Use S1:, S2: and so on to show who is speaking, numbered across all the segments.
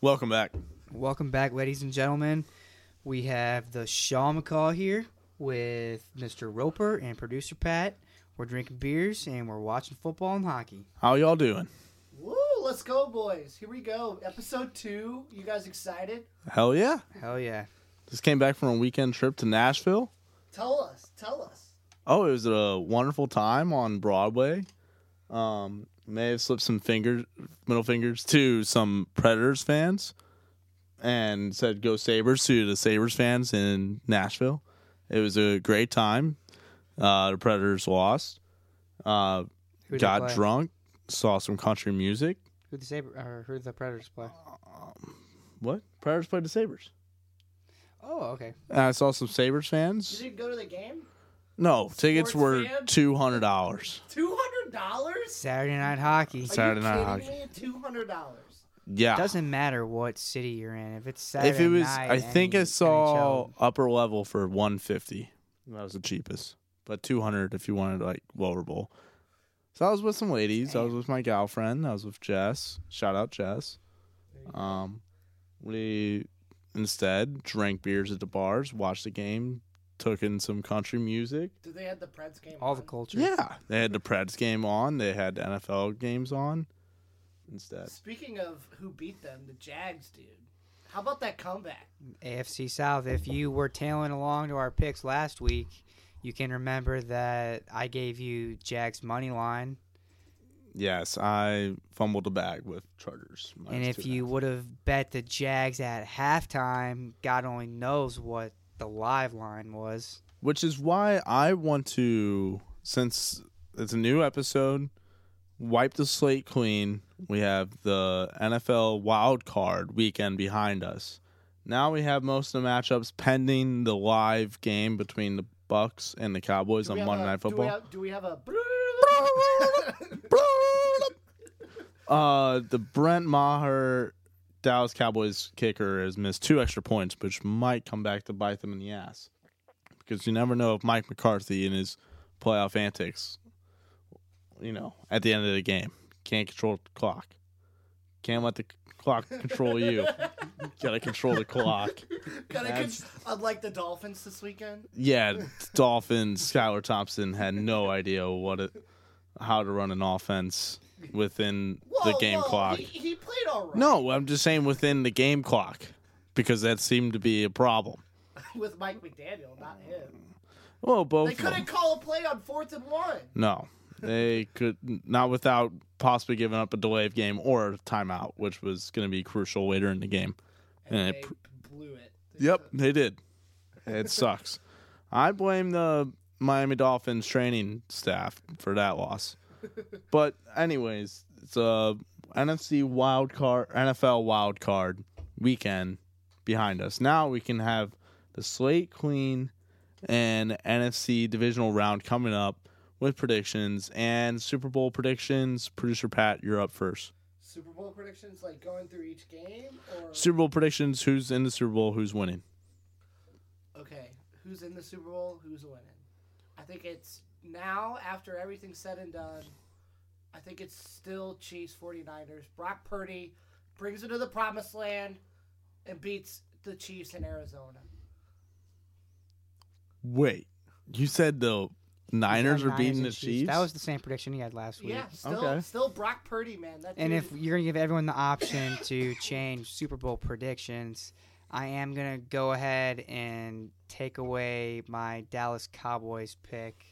S1: Welcome back.
S2: Welcome back, ladies and gentlemen. We have the Shaw McCall here with Mr. Roper and producer Pat. We're drinking beers and we're watching football and hockey.
S1: How y'all doing?
S3: Woo! Let's go, boys. Here we go. Episode two. You guys excited?
S1: Hell yeah.
S2: Hell yeah.
S1: Just came back from a weekend trip to Nashville.
S3: Tell us. Tell us.
S1: Oh, it was a wonderful time on Broadway. Um, may have slipped some fingers, middle fingers to some Predators fans and said, Go Sabres to the Sabres fans in Nashville. It was a great time. Uh, the Predators lost, uh,
S2: Who
S1: got drunk, saw some country music.
S2: Who the Saber or who the Predators play?
S1: What? Predators played the Sabres.
S2: Oh, okay.
S1: And I saw some Sabres
S3: You
S1: fans.
S3: didn't go to the game?
S1: No, tickets
S3: Sports
S1: were
S3: fan?
S1: two hundred dollars.
S3: Two hundred dollars?
S2: Saturday night hockey.
S1: Saturday night
S3: kidding me? Two hundred dollars.
S1: Yeah,
S2: Doesn't matter what city you're in. If it's Saturday
S1: if it was,
S2: night,
S1: I think
S2: any
S1: I saw
S2: NHL
S1: upper level for one fifty. That was the cheapest, but two hundred if you wanted like lower bowl. So I was with some ladies. I was with my gal friend. I was with Jess. Shout out Jess. Um, we instead drank beers at the bars, watched the game, took in some country music.
S3: Did they have the Preds game?
S2: all the
S3: on?
S2: culture.
S1: Yeah, they had the Preds game on. They had NFL games on. Instead,
S3: Speaking of who beat them, the Jags, dude. How about that comeback?
S2: AFC South. If you were tailing along to our picks last week, you can remember that I gave you Jack's money line.
S1: yes, I fumbled the bag with Chargers.
S2: and
S1: minus two
S2: if you
S1: half.
S2: would have bet the Jags at halftime, God only knows what the live line was.
S1: which is why I want to, since it's a new episode, wipe the slate clean. We have the NFL wild card weekend behind us. Now we have most of the matchups pending the live game between the Bucks and the Cowboys
S3: Do we
S1: on
S3: have
S1: Monday
S3: a-
S1: Night
S3: Do we
S1: Football.
S3: have, do we have a?
S1: Uh, the Brent Maher Dallas Cowboys kicker has missed two extra points, which might come back to bite them in the ass. Because you never know if Mike McCarthy and his playoff antics, you know, at the end of the game, can't control the clock. Can't let the clock control you. Gotta control the clock.
S3: Gotta
S1: That's-
S3: catch- unlike the Dolphins this weekend.
S1: Yeah, Dolphins. Skylar Thompson had no idea what it, how to run an offense within
S3: Whoa,
S1: the game
S3: whoa,
S1: clock.
S3: He, he played all right.
S1: No, I'm just saying within the game clock because that seemed to be a problem.
S3: with Mike McDaniel, not him.
S1: Well, Oh, both.
S3: They
S1: of them.
S3: couldn't call a play on fourth and one.
S1: No, they could not without possibly giving up a delay of game or a timeout, which was going to be crucial later in the game.
S3: And
S1: And
S3: they
S1: it pr-
S3: blew it.
S1: Yep, they did. It sucks. I blame the Miami Dolphins training staff for that loss. But anyways, it's a NFC wild card, NFL wild card weekend behind us. Now we can have the slate clean and NFC divisional round coming up with predictions and Super Bowl predictions. Producer Pat, you're up first.
S3: Super Bowl predictions, like going through each game, or
S1: Super Bowl predictions, who's in the Super Bowl, who's winning?
S3: okay, who's in the Super Bowl, who's winning? I think it's now after everything's said and done. I think it's still Chiefs 49ers. Brock Purdy brings it to the promised land and beats the Chiefs in Arizona.
S1: Wait, you said the Niners
S2: Yeah,
S1: are beating
S2: and
S1: the Chiefs?
S2: That was the same prediction he had last week.
S3: Yeah, still,
S1: Okay.
S3: still Brock Purdy, man. That
S2: And
S3: dude
S2: if
S3: is-
S2: you're going to give everyone the option to change Super Bowl predictions, I am going to go ahead and take away my Dallas Cowboys pick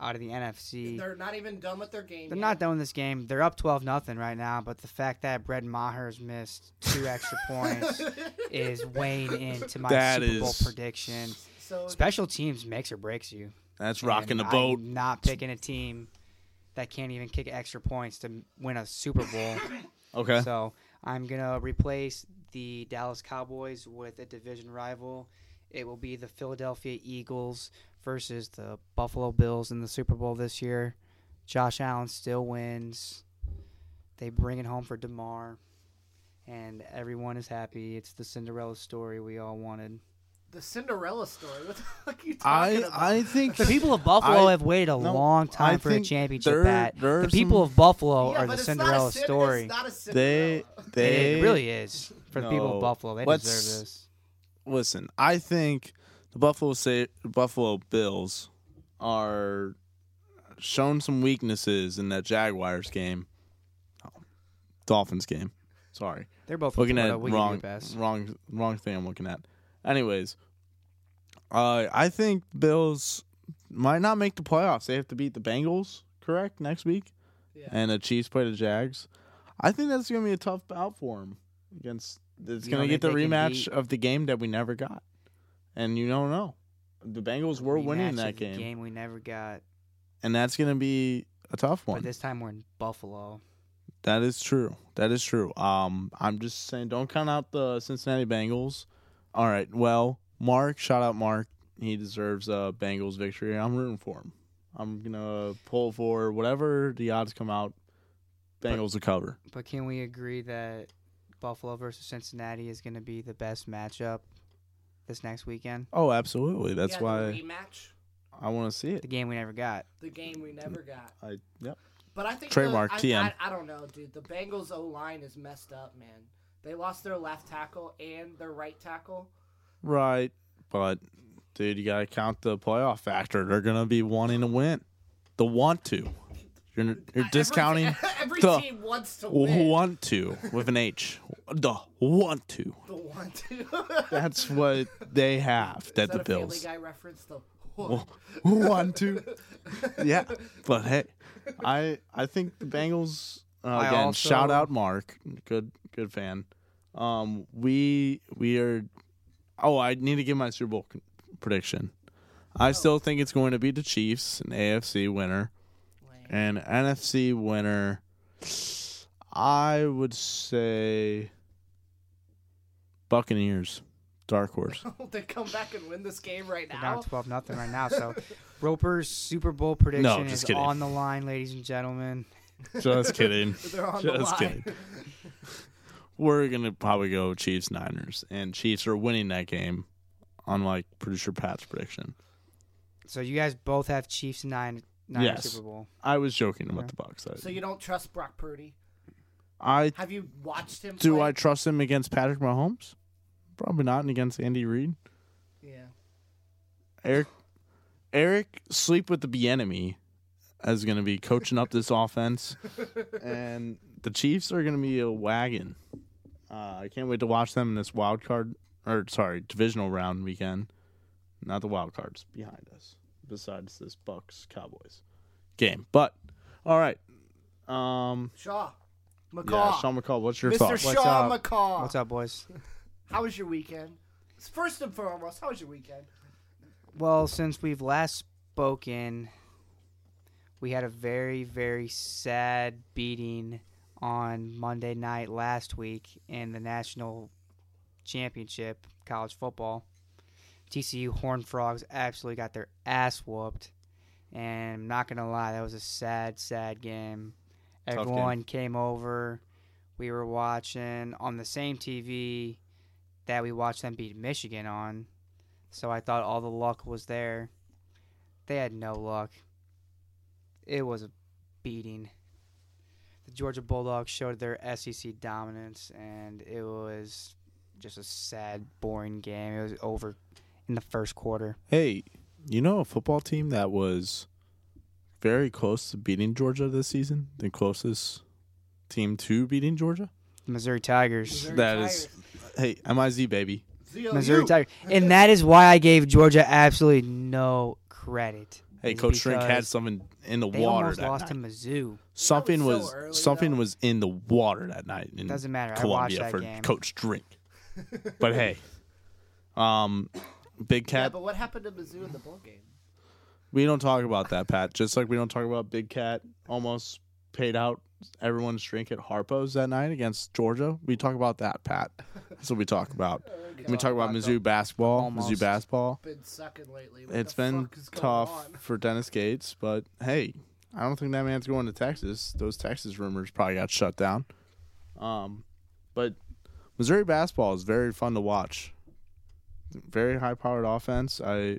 S2: out of the NFC.
S3: they're not even done with their game.
S2: They're
S3: yet.
S2: not done with this game. They're up 12 nothing right now, but the fact that Brett Maher's missed two extra points is weighing into my
S1: That
S2: Super Bowl
S1: is-
S2: prediction.
S3: So
S2: Special teams makes or breaks you.
S1: That's rocking
S2: And
S1: the boat.
S2: I'm not picking a team that can't even kick extra points to win a Super Bowl.
S1: Okay.
S2: So I'm going to replace the Dallas Cowboys with a division rival. It will be the Philadelphia Eagles versus the Buffalo Bills in the Super Bowl this year. Josh Allen still wins. They bring it home for DeMar. And everyone is happy. It's the Cinderella story we all wanted.
S3: the Cinderella story. What the fuck are you talking
S1: I
S3: about?
S1: I think
S2: The people of Buffalo
S1: I-
S2: have waited a
S1: no,
S2: long time
S1: I
S2: for a
S1: think
S2: championship.
S1: there-
S2: Pat.
S1: there
S2: The
S1: are
S2: people
S1: some-
S2: of Buffalo
S3: Yeah,
S2: are
S3: but
S2: the
S3: it's not a
S2: Cinderella
S3: Cin-
S2: story.
S3: It's not a
S1: they
S3: Cinderella.
S1: they
S2: it really is. for the people
S1: No.
S2: of Buffalo. They
S1: Let's-
S2: deserve this.
S1: Listen, I think the Buffalo Sa- Buffalo Bills are shown some weaknesses in that Jaguars game, Oh, Dolphins game. Sorry,
S2: They're both
S1: looking
S2: Florida.
S1: at
S2: we
S1: wrong,
S2: can do best.
S1: wrong, wrong thing. I'm looking at. Anyways, uh, I think Bills might not make the playoffs. They have to beat the Bengals, correct, next week,
S4: Yeah.
S1: and the Chiefs play the Jags. I think that's going to be a tough bout for them against. It's
S2: You
S1: going to
S2: don't
S1: get the
S2: think they can
S1: rematch
S2: beat-
S1: of the game that we never got, and you don't know. The Bengals were
S2: Rematch
S1: winning
S2: of
S1: that
S2: the
S1: game,
S2: Game we never got,
S1: and that's going to be a tough one.
S2: but this time we're in Buffalo.
S1: That is true. That is true. Um, I'm just saying, don't count out the Cincinnati Bengals. All right. Well, Mark, shout out Mark. He deserves a Bengals victory. I'm rooting for him. I'm gonna pull for whatever the odds come out. Bengals to cover.
S2: But can we agree that Buffalo versus Cincinnati is going to be the best matchup this next weekend?
S1: Oh, absolutely. That's
S4: yeah,
S1: why
S4: the rematch,
S1: I want to see
S2: The
S1: it.
S2: game we never got.
S4: the game we never got.
S1: I yep.
S4: But I think
S1: Trademark,
S4: the, I,
S1: TM.
S4: I, I don't know, dude. The Bengals O line is messed up, man. They lost their left tackle and their right tackle.
S1: Right, but dude, you gotta count the playoff factor. They're gonna be wanting to win. The want to. You're, you're
S4: Every-
S1: discounting.
S4: Every,
S1: the-
S4: team wants to win.
S1: want to with an H. The want to.
S4: The want to.
S1: That's what they have. That,
S4: Is that
S1: the
S4: a Family
S1: Bills
S4: Guy reference the
S1: want to. Yeah, but hey, I I think the Bengals uh,
S2: I
S1: again.
S2: also-
S1: shout out Mark, good good fan. Um, we we are. Oh, I need to give my Super Bowl con- prediction.
S4: Oh.
S1: I still think it's going to be the Chiefs, an AFC winner, and NFC winner. I would say Buccaneers, dark horse.
S4: they come back and win this game right
S2: They're
S4: now.
S2: down 12 nothing right now. So Roper's Super Bowl prediction
S1: just
S2: is
S1: kidding.
S2: on the line, ladies and gentlemen.
S1: Just kidding.
S4: They're on the
S1: Just
S4: line.
S1: kidding. We're gonna probably go Chiefs Niners, and Chiefs are winning that game, unlike producer Pat's prediction.
S2: So you guys both have Chiefs and nine, nine
S1: Yes.
S2: Super Bowl.
S1: I was joking about the Bucks.
S4: So you don't trust Brock Purdy?
S1: I
S4: Have you watched him?
S1: do.
S4: play?
S1: I trust him against Patrick Mahomes. Probably not, and against Andy Reid.
S4: Yeah.
S1: Eric, Eric, sleep with the B enemy, is gonna be coaching up this offense, and the Chiefs are gonna be a wagon. Uh, I can't wait to watch them in this wild card, or sorry, divisional round weekend. Not the wild cards behind us. Besides this Bucks Cowboys game, but all right. Um,
S4: Shaw. McCaw.
S1: yeah, Sean McCall, what's your
S4: Mr.
S1: thoughts?
S2: What's
S4: Shaw
S2: up?
S4: McCaw.
S2: What's up, boys?
S4: How was your weekend? First and foremost, how was your weekend?
S2: Well, since we've last spoken, we had a very, very sad beating on Monday night last week in the national championship college football. TCU Horn Frogs absolutely got their ass whooped. And I'm not going to lie, that was a sad, sad game.
S1: Tough game.
S2: Everyone came over. We were watching on the same TV that we watched them beat Michigan on. So I thought all the luck was there. They had no luck. It was a beating. The Georgia Bulldogs showed their SEC dominance, and it was just a sad, boring game. It was over in the first quarter.
S1: Hey, you know a football team that was very close to beating Georgia this season? The closest team to beating Georgia?
S2: The Missouri Tigers.
S4: Missouri
S1: That is- Hey, MIZ, baby.
S4: Tigers.
S2: Missouri
S4: ZLU.
S2: Tigers. And that is why I gave Georgia absolutely no credit.
S1: Hey,
S2: is
S1: Coach Shrink had
S2: because
S1: something in the
S2: They
S1: water
S2: almost
S1: that
S2: lost
S1: night.
S2: to Mizzou.
S1: Something
S4: That was
S1: was,
S4: so early,
S1: something
S4: though.
S1: was in the water that night in
S2: Doesn't matter. I
S1: Mm.
S2: watched
S1: Columbia
S2: that
S1: for
S2: game.
S1: Coach Drink. but hey, um, Big
S4: Yeah,
S1: Cat,
S4: but what happened to Mizzou in the bowl game?
S1: we don't talk about that, Pat. Just like we don't talk about Big Cat almost paid out everyone's drink at Harpo's that night against Georgia. We talk about that, Pat. That's what we talk about. We talk about Mizzou basketball, Mizzou
S2: Almost.
S1: basketball.
S4: Been sucking lately. What
S1: It's
S4: the
S1: been
S4: fuck is going
S1: tough
S4: on?
S1: for Dennis Gates, but hey, I don't think that man's going to Texas. Those Texas rumors probably got shut down. Um, but Missouri basketball is very fun to watch. Very high powered offense. I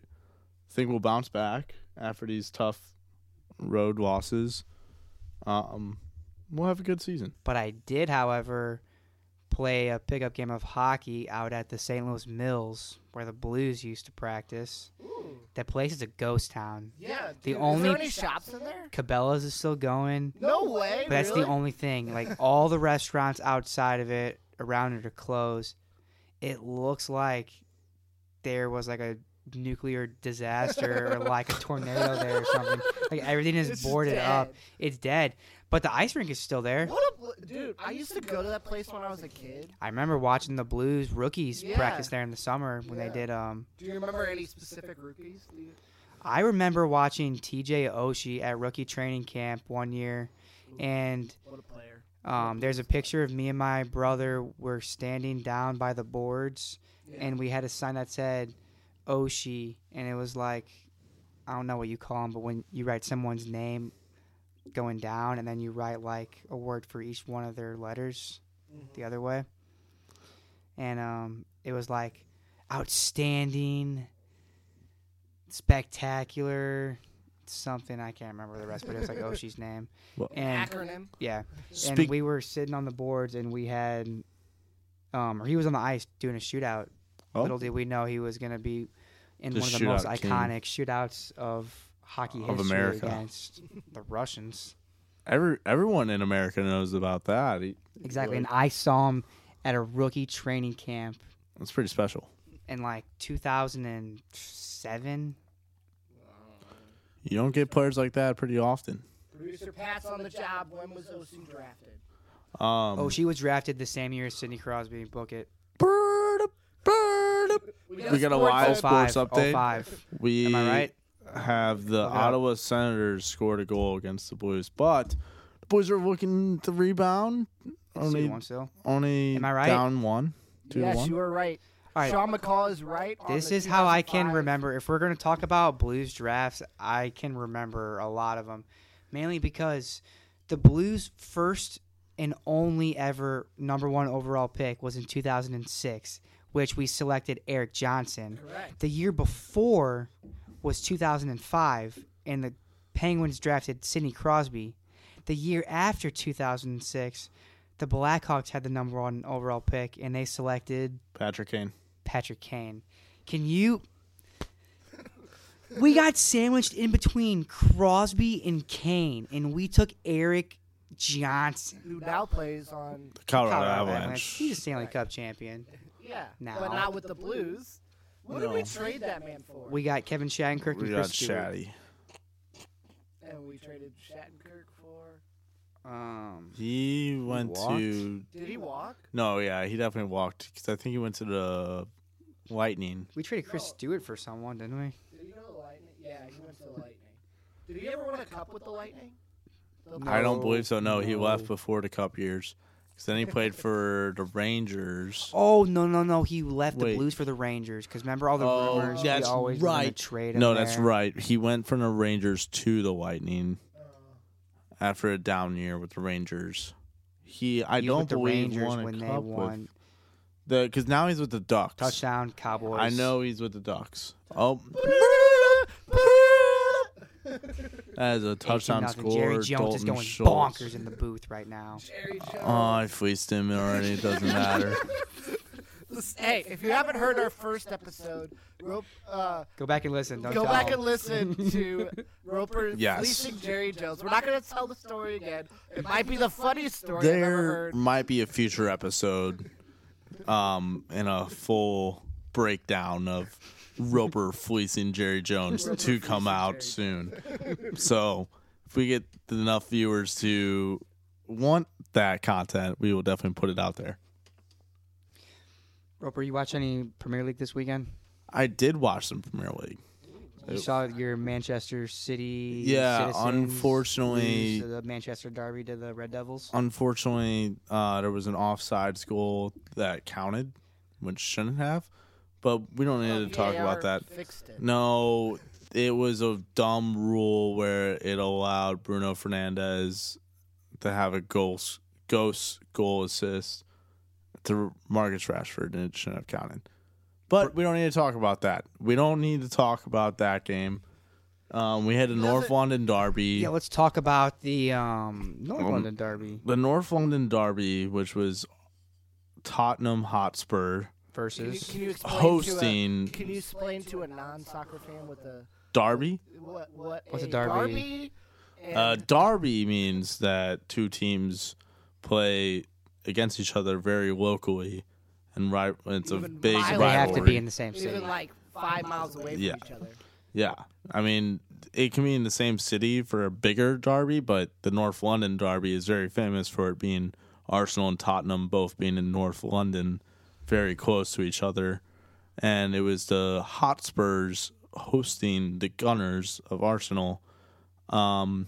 S1: think we'll bounce back after these tough road losses. Um, we'll have a good season.
S2: But I did, however, play a pickup game of hockey out at the St. Louis Mills where the Blues used to practice.
S4: Ooh.
S2: That place is a ghost town.
S4: Yeah.
S2: The
S4: dude, is
S2: only-
S3: Is
S4: there
S3: there any shops in there?
S2: Cabela's is still going.
S3: No way,
S2: But that's the
S3: Really?
S2: only thing. Like all the restaurants outside of it, around it, are closed. It looks like there was like a nuclear disaster or like a tornado there or something. Like everything is
S3: It's just
S2: boarded up.
S3: dead.
S2: It's dead. But the ice rink is still there.
S3: What a bl- dude! I used to go to that place when I was a kid.
S2: I remember watching the Blues rookies
S3: Yeah.
S2: practice there in the summer when
S4: Yeah.
S2: they did. Um,
S4: Do you remember any specific rookies? Do you-
S2: I remember watching T.J. Oshie at rookie training camp one year, and
S3: What a player!
S2: Um, there's a picture of me and my brother were standing down by the boards,
S4: Yeah.
S2: and we had a sign that said "Oshi," and it was like, I don't know what you call them, but when you write someone's name going down, and then you write like a word for each one of their letters
S4: Mm-hmm.
S2: the other way, and um, it was like outstanding, spectacular, something I can't remember the rest, but it was like Oshi's name,
S1: Well-
S2: and
S4: Acronym.
S2: yeah and
S1: Speak-
S2: we were sitting on the boards and we had um or he was on the ice doing a shootout
S1: Oh.
S2: little did we know he was going to be in
S1: The
S2: one of the most
S1: shootout king.
S2: iconic shootouts of hockey
S1: Of
S2: history
S1: America.
S2: against the russians
S1: Every everyone in America knows about that. He-
S2: exactly
S1: like,
S2: and i saw him at a rookie training camp
S1: that's pretty special.
S2: in like 2007
S1: You don't get players like that pretty often.
S3: Producer Pat's on the job. When was Osu drafted?
S1: Um,
S2: oh she was drafted the same year as sidney crosby book it
S1: bird up, bird up.
S4: We
S1: We got a live sports
S2: 05
S1: update.
S2: 05
S1: We
S2: oh, am i right
S1: have the
S2: Look it up.
S1: Ottawa Senators scored a goal against the Blues, but the Blues are looking to rebound. Only,
S2: One still.
S1: only
S2: Am I right?
S1: down one, two to
S3: yes,
S1: one.
S3: you were right.
S2: all right
S3: Sean McCall is right. on
S2: This
S3: the
S2: is how I can
S3: 2005
S2: remember. If we're going to talk about Blues drafts, I can remember a lot of them, mainly because the Blues' first and only ever number one overall pick was in 2006, which we selected Eric Johnson.
S4: Correct.
S2: The year before was 2005, and the Penguins drafted Sidney Crosby. The year after 2006, the Blackhawks had the number one overall pick, and they selected
S1: Patrick Kane.
S2: Patrick Kane. Can you? We got sandwiched in between Crosby and Kane, and we took Eric Johnson.
S3: Who now plays on?
S1: The Colorado,
S2: Colorado
S1: Avalanche.
S2: He's a Stanley Cup champion.
S3: Yeah,
S2: Now.
S3: but not with the Blues. What did
S1: No.
S3: we trade that man for?
S2: We got Kevin Shattenkirk
S1: We
S2: and
S1: got
S2: Chris Stewart.
S1: Shatty.
S3: and we traded Shattenkirk for.
S2: Um,
S1: He went
S2: walked?
S1: to
S3: Did he walk?
S1: no, yeah, he definitely walked because I think he went to the Lightning.
S2: we traded Chris Stewart for someone, didn't we?
S3: Did he go to the Lightning? Yeah, he went to the Lightning. Did he ever win a cup with the Lightning? The
S1: I don't believe so. No, he
S2: no.
S1: left before the Cup years because then he played for the Rangers.
S2: Oh no no no! He left
S1: Wait.
S2: the Blues for the Rangers because remember all the
S1: Oh,
S2: rumors. we
S1: that's
S2: always were gonna
S1: right.
S2: Trade him
S1: No, that's
S2: there.
S1: right. He went from the Rangers to the Lightning
S3: Uh,
S1: after a down year with the Rangers. He, I
S2: He was
S1: don't
S2: with the
S1: believe
S2: Rangers
S1: won a
S2: when they
S1: cup
S2: won
S1: with the because now he's with the Ducks.
S2: touchdown Cowboys.
S1: I know he's with the Ducks. Oh, that is a
S2: 18
S1: touchdown
S2: nothing.
S1: score.
S2: Jerry Jones is
S1: Dalton
S2: going
S1: Schultz.
S2: bonkers in the booth right now.
S3: Jerry Jones.
S1: Oh, I fleeced him already. It doesn't matter.
S3: hey, if you haven't heard our first episode, Rope, uh,
S2: Go back and listen. Don't
S3: go
S2: tell.
S3: back and listen to Roper
S1: Yes.
S3: fleecing Jerry Jones. We're not going to tell the story again. It might be the funniest story I've ever
S1: there
S3: heard.
S1: might be a future episode um in a full breakdown of Roper fleecing Jerry Jones to come out soon. So if we get enough viewers to want that content, we will definitely put it out there.
S2: Roper, you watch any Premier League this weekend?
S1: I did watch some Premier League.
S2: You saw your Manchester City.
S1: Yeah,
S2: Citizens
S1: unfortunately-
S2: lose to the Manchester Derby to the Red Devils.
S1: Unfortunately, uh, there was an offside goal that counted, which shouldn't have. But we don't need
S3: Oh,
S1: to talk about
S3: VAR
S1: that.
S3: Fixed it.
S1: No, it was a dumb rule where it allowed Bruno Fernandez to have a goal, ghost goal assist to Marcus Rashford, and it shouldn't have counted. But we don't need to talk about that. We don't need to talk about that game. Um, we had a North London derby.
S2: Yeah, let's talk about the um, North
S1: Um,
S2: London Derby.
S1: the North London derby, which was Tottenham Hotspur
S3: Can you,
S2: versus
S3: can you explain
S1: hosting
S3: To a, can you explain to a non-soccer fan what the
S1: Derby.
S3: what what
S2: What's a
S3: a
S2: derby?
S3: derby and
S1: Uh, derby means that two teams play against each other very locally, and ri- it's a
S3: Even
S1: big
S3: miles.
S2: they
S1: rivalry.
S2: have to be in the same city.
S3: even like five miles away from
S1: Yeah.
S3: each other?
S1: yeah, I mean, it can be in the same city for a bigger derby, but the North London derby is very famous for it being Arsenal and Tottenham both being in North London, very close to each other, and it was the Hotspurs hosting the Gunners of Arsenal. Um,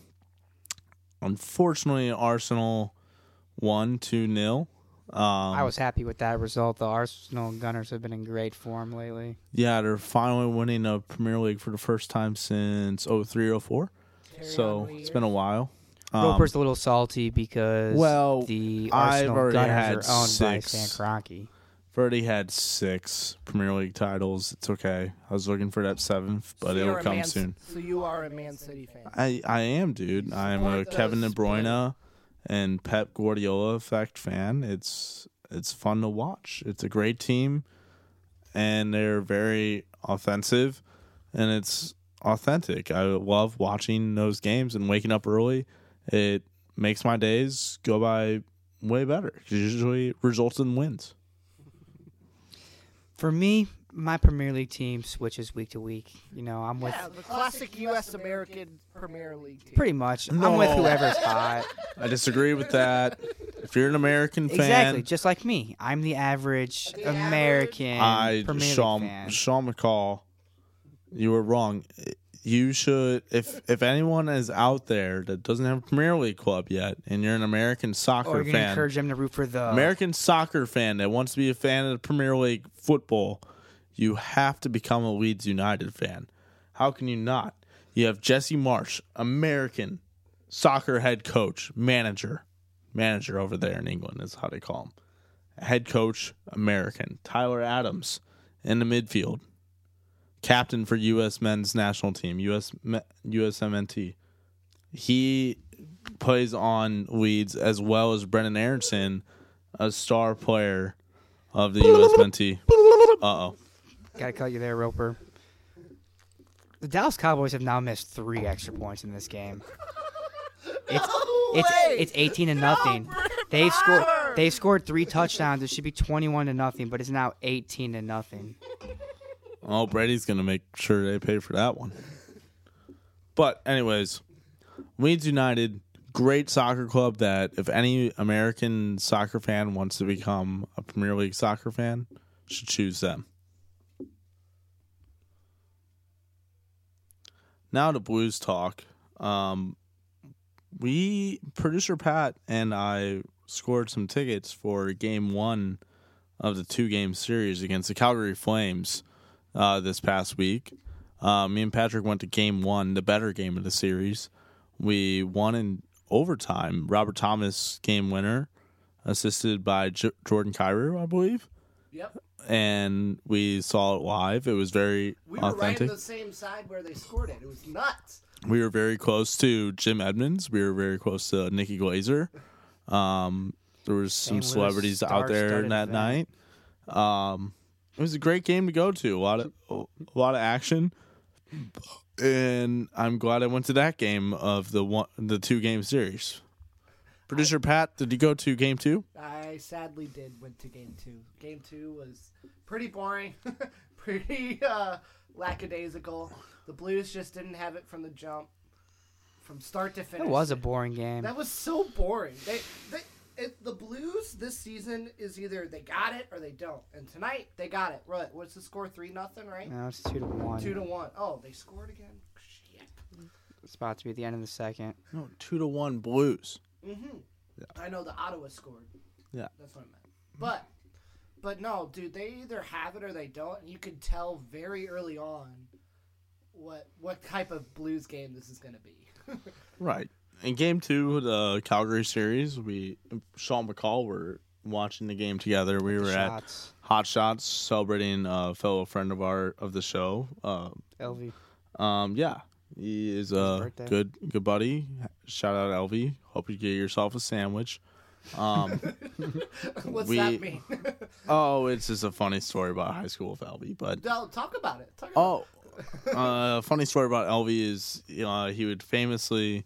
S1: unfortunately, Arsenal won two 0 Um,
S2: I was happy with that result. The Arsenal Gunners have been in great form lately.
S1: yeah, they're finally winning a Premier League for the first time since 03 04. So it's been a while. Um,
S2: Roper's a little salty because
S1: well,
S2: the
S1: I've
S2: Arsenal
S1: already
S2: Gunners
S1: had
S2: are owned
S1: six.
S2: by Stan Kroenke.
S1: Verdi had six Premier League titles. It's okay. I was looking for that seventh, but
S3: So
S1: it'll
S3: you're a
S1: come
S3: Man-
S1: soon.
S3: So you are a Man City fan.
S1: I, I am, dude. I am a
S3: Support
S1: Kevin De
S3: those
S1: Bruyne and Pep Guardiola effect fan. It's it's fun to watch. It's a great team, and they're very offensive, and it's authentic. I love watching those games and waking up early. It makes my days go by way better. 'cause Usually results in wins.
S2: For me, my Premier League team switches week to week. You know, I'm with
S3: yeah, the classic U.S. American Premier League team.
S2: pretty much. I'm with
S1: No.
S2: whoever's hot.
S1: I disagree with that. If you're an American fan,
S2: Exactly, just like me. I'm the average
S3: The average-
S2: American
S1: I
S2: Premier League
S1: Sean
S2: fan.
S1: Sean McCall, you were wrong. You should if if anyone is out there that doesn't have a Premier League club yet, and you're an American
S2: Or
S1: soccer
S2: you're gonna
S1: fan,
S2: encourage them to root for the
S1: American soccer fan that wants to be a fan of the Premier League football, you have to become a Leeds United fan. How can you not? You have Jesse Marsh, American soccer head coach, manager, manager over there in England is how they call him. Head coach, American. Tyler Adams in the midfield, captain for U.S. men's national team, U.S. me- USMNT. He plays on Leeds as well as Brendan Aronson, a star player of the U.S. mentee. Uh oh.
S2: Gotta cut you there, Roper. The Dallas Cowboys have now missed three extra points in this game. It's it's it's eighteen to nothing. they've scored they've scored three touchdowns. It should be twenty one to nothing, but it's now eighteen to nothing.
S1: Oh, Brady's gonna make sure they pay for that one. But anyways, Leeds United, great soccer club that if any American soccer fan wants to become a Premier League soccer fan, should choose them. Now to blues talk. Um, we producer Pat and I scored some tickets for game one of the two game series against the Calgary Flames uh, this past week. Uh, me and Patrick went to game one, the better game of the series. We won in overtime. Robert Thomas, game winner, assisted by J- Jordan Cairo, I believe.
S4: Yep.
S1: And we saw it live. It was very
S4: We were right on
S1: authentic.
S4: the same side where they scored it. It was nuts.
S1: we were very close to Jim Edmonds. We were very close to Nikki Glazer. Um, there was some
S2: St. Louis
S1: celebrities out there
S2: star-studded
S1: that
S2: event.
S1: night. Um, it was a great game to go to. A lot of a lot of action, and I'm glad I went to that game of the one the two game series. Producer Pat, did you go to game two?
S3: I sadly did went to game two.
S4: Game two was pretty boring, pretty uh, lackadaisical. The Blues just didn't have it from the jump, from start to finish.
S2: It was a boring game.
S4: That was so boring. They, they, it, the Blues this season is either they got it or they don't. And tonight they got it. Right? What's the score? Three nothing, right?
S2: No, it's two to one.
S4: Two to one. Oh, they scored again. Shit.
S2: It's about to be the end of the second.
S1: No, two to one Blues.
S4: Mm-hmm. I know the Ottawa scored.
S1: Yeah.
S4: That's what I meant. But, but no, dude, they either have it or they don't. And you can tell very early on what what type of Blues game this is going to be.
S1: Right. In game two of the Calgary series, we Sean McCall were watching the game together. We were at
S2: Shots.
S1: Hot Shots celebrating a fellow friend of our of the show. Uh,
S2: LV.
S1: um, yeah, he is a
S2: birthday.
S1: good good buddy. Shout out Elvie. Hope you get yourself a sandwich. Um,
S3: What's
S1: We-
S3: that mean?
S1: oh, it's just a funny story about high school with Elvie. But
S3: no, talk about it. Talk about
S1: oh, uh, funny story about Elvie is uh, he would famously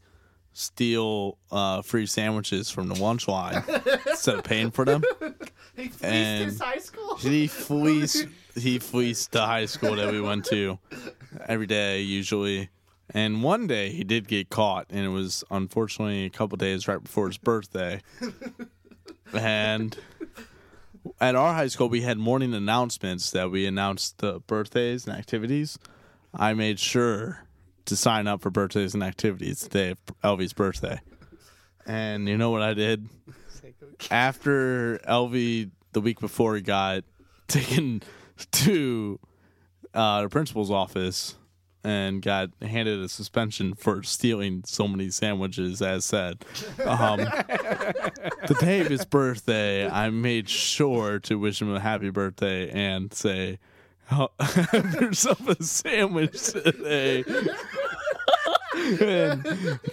S1: steal uh, free sandwiches from the lunch line instead of paying for them.
S3: it. He fleeced
S1: and-
S3: his high school.
S1: He fleeced he fleeced the high school that we went to every day usually. And one day he did get caught and it was unfortunately a couple days right before his birthday. And at our high school we had morning announcements that we announced the birthdays and activities. I made sure to sign up for birthdays and activities the day of Elvie's birthday. And you know what I did? after LV the week before he got taken to uh, the principal's office and got handed a suspension for stealing so many sandwiches, as said. Um, the day of his birthday, I made sure to wish him a happy birthday and say, "Oh, "Have yourself a sandwich today." and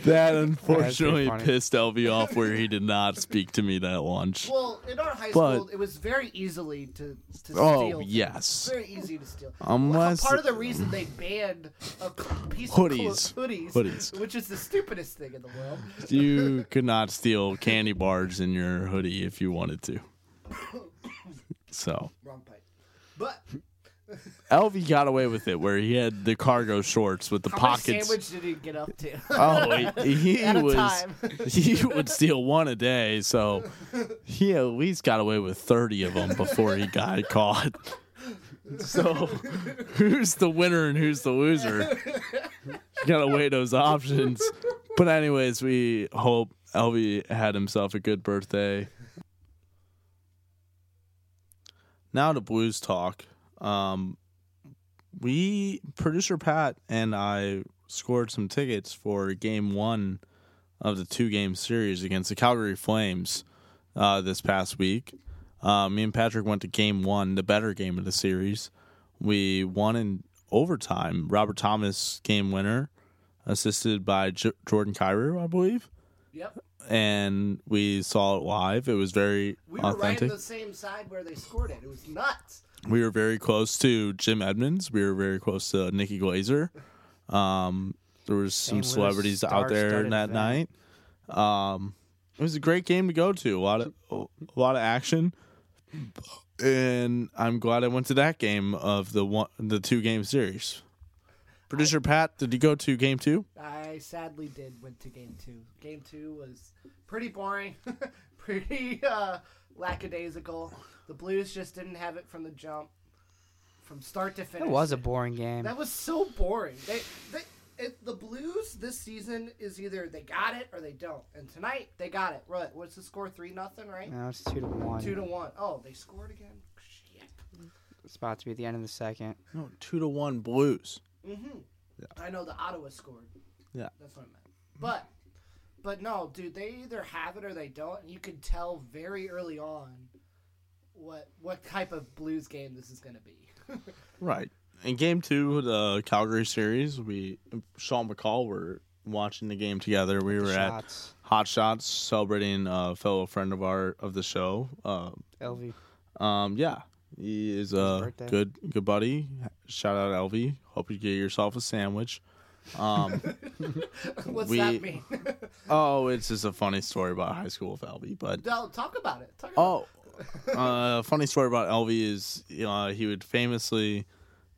S1: that unfortunately
S2: funny.
S1: pissed LV off where he did not speak to me that lunch.
S3: Well, in our high
S1: But-
S3: school, it was very easily to, to steal.
S1: Oh
S3: things.
S1: yes,
S3: Very easy to steal.
S1: Unless-
S3: part of the reason they banned a piece
S1: Hoodies.
S3: of clo- hoodies,
S1: Hoodies.
S3: which is the stupidest thing in the world.
S1: you could not steal candy bars in your hoodie if you wanted to. So
S3: Wrong pipe. But
S1: LV got away with it, where he had the cargo shorts with the
S3: how much
S1: pockets.
S3: sandwich did he get up to?
S1: Oh, he, he
S3: At a
S1: was
S3: time.
S1: he would steal one a day, so he at least got away with thirty of them before he got caught. So who's the winner and who's the loser? You gotta weigh those options. But anyways, we hope Elvie had himself a good birthday. Now to blues talk. Um, we producer Pat and I scored some tickets for Game One of the two game series against the Calgary Flames uh, this past week. Uh, me and Patrick went to game one, the better game of the series. We won in overtime. Robert Thomas, game winner, assisted by J- Jordan Cairo, I believe.
S3: Yep.
S1: And we saw it live. It was very
S3: We were right on
S1: authentic.
S3: the same side where they scored it. It was nuts.
S1: we were very close to Jim Edmonds. We were very close to Nikki Glazer. Um, there was some
S2: Same with
S1: celebrities out there
S2: star-studded
S1: that
S2: event.
S1: night. Um, it was a great game to go to. A lot of a lot of action, and I'm glad I went to that game of the one the two game series. Producer Pat, did you go to game two?
S3: I sadly did went to game two. Game two was pretty boring, pretty uh, lackadaisical. The Blues just didn't have it from the jump, from start to finish.
S2: That was a boring game.
S3: That was so boring. They, they, it, the Blues this season is either they got it or they don't. And tonight they got it. Right? What's the score? Three nothing, right?
S2: No, it's two to one.
S3: Two to one. Oh, they scored again. Shit.
S2: It's about to be the end of the second.
S1: No, two to one Blues.
S3: Mm-hmm. I know the Ottawa scored.
S1: Yeah.
S3: That's what I meant. But but no, dude, they either have it or they don't, and you can tell very early on what what type of blues game this is gonna be.
S1: Right. In game two of the Calgary series, we Sean McCall were watching the game together. We were at
S2: Shots.
S1: Hot Shots celebrating a fellow friend of our of the show. Uh,
S2: LV.
S1: um, yeah, he is a
S2: birthday.
S1: good good buddy. Shout out Elvie. Hope you get yourself a sandwich. Um,
S3: What's
S1: We-
S3: that mean?
S1: oh, it's just a funny story about high school with Elvie, but
S3: no, talk about it. Talk about
S1: Oh, uh, funny story about Elvie is uh, he would famously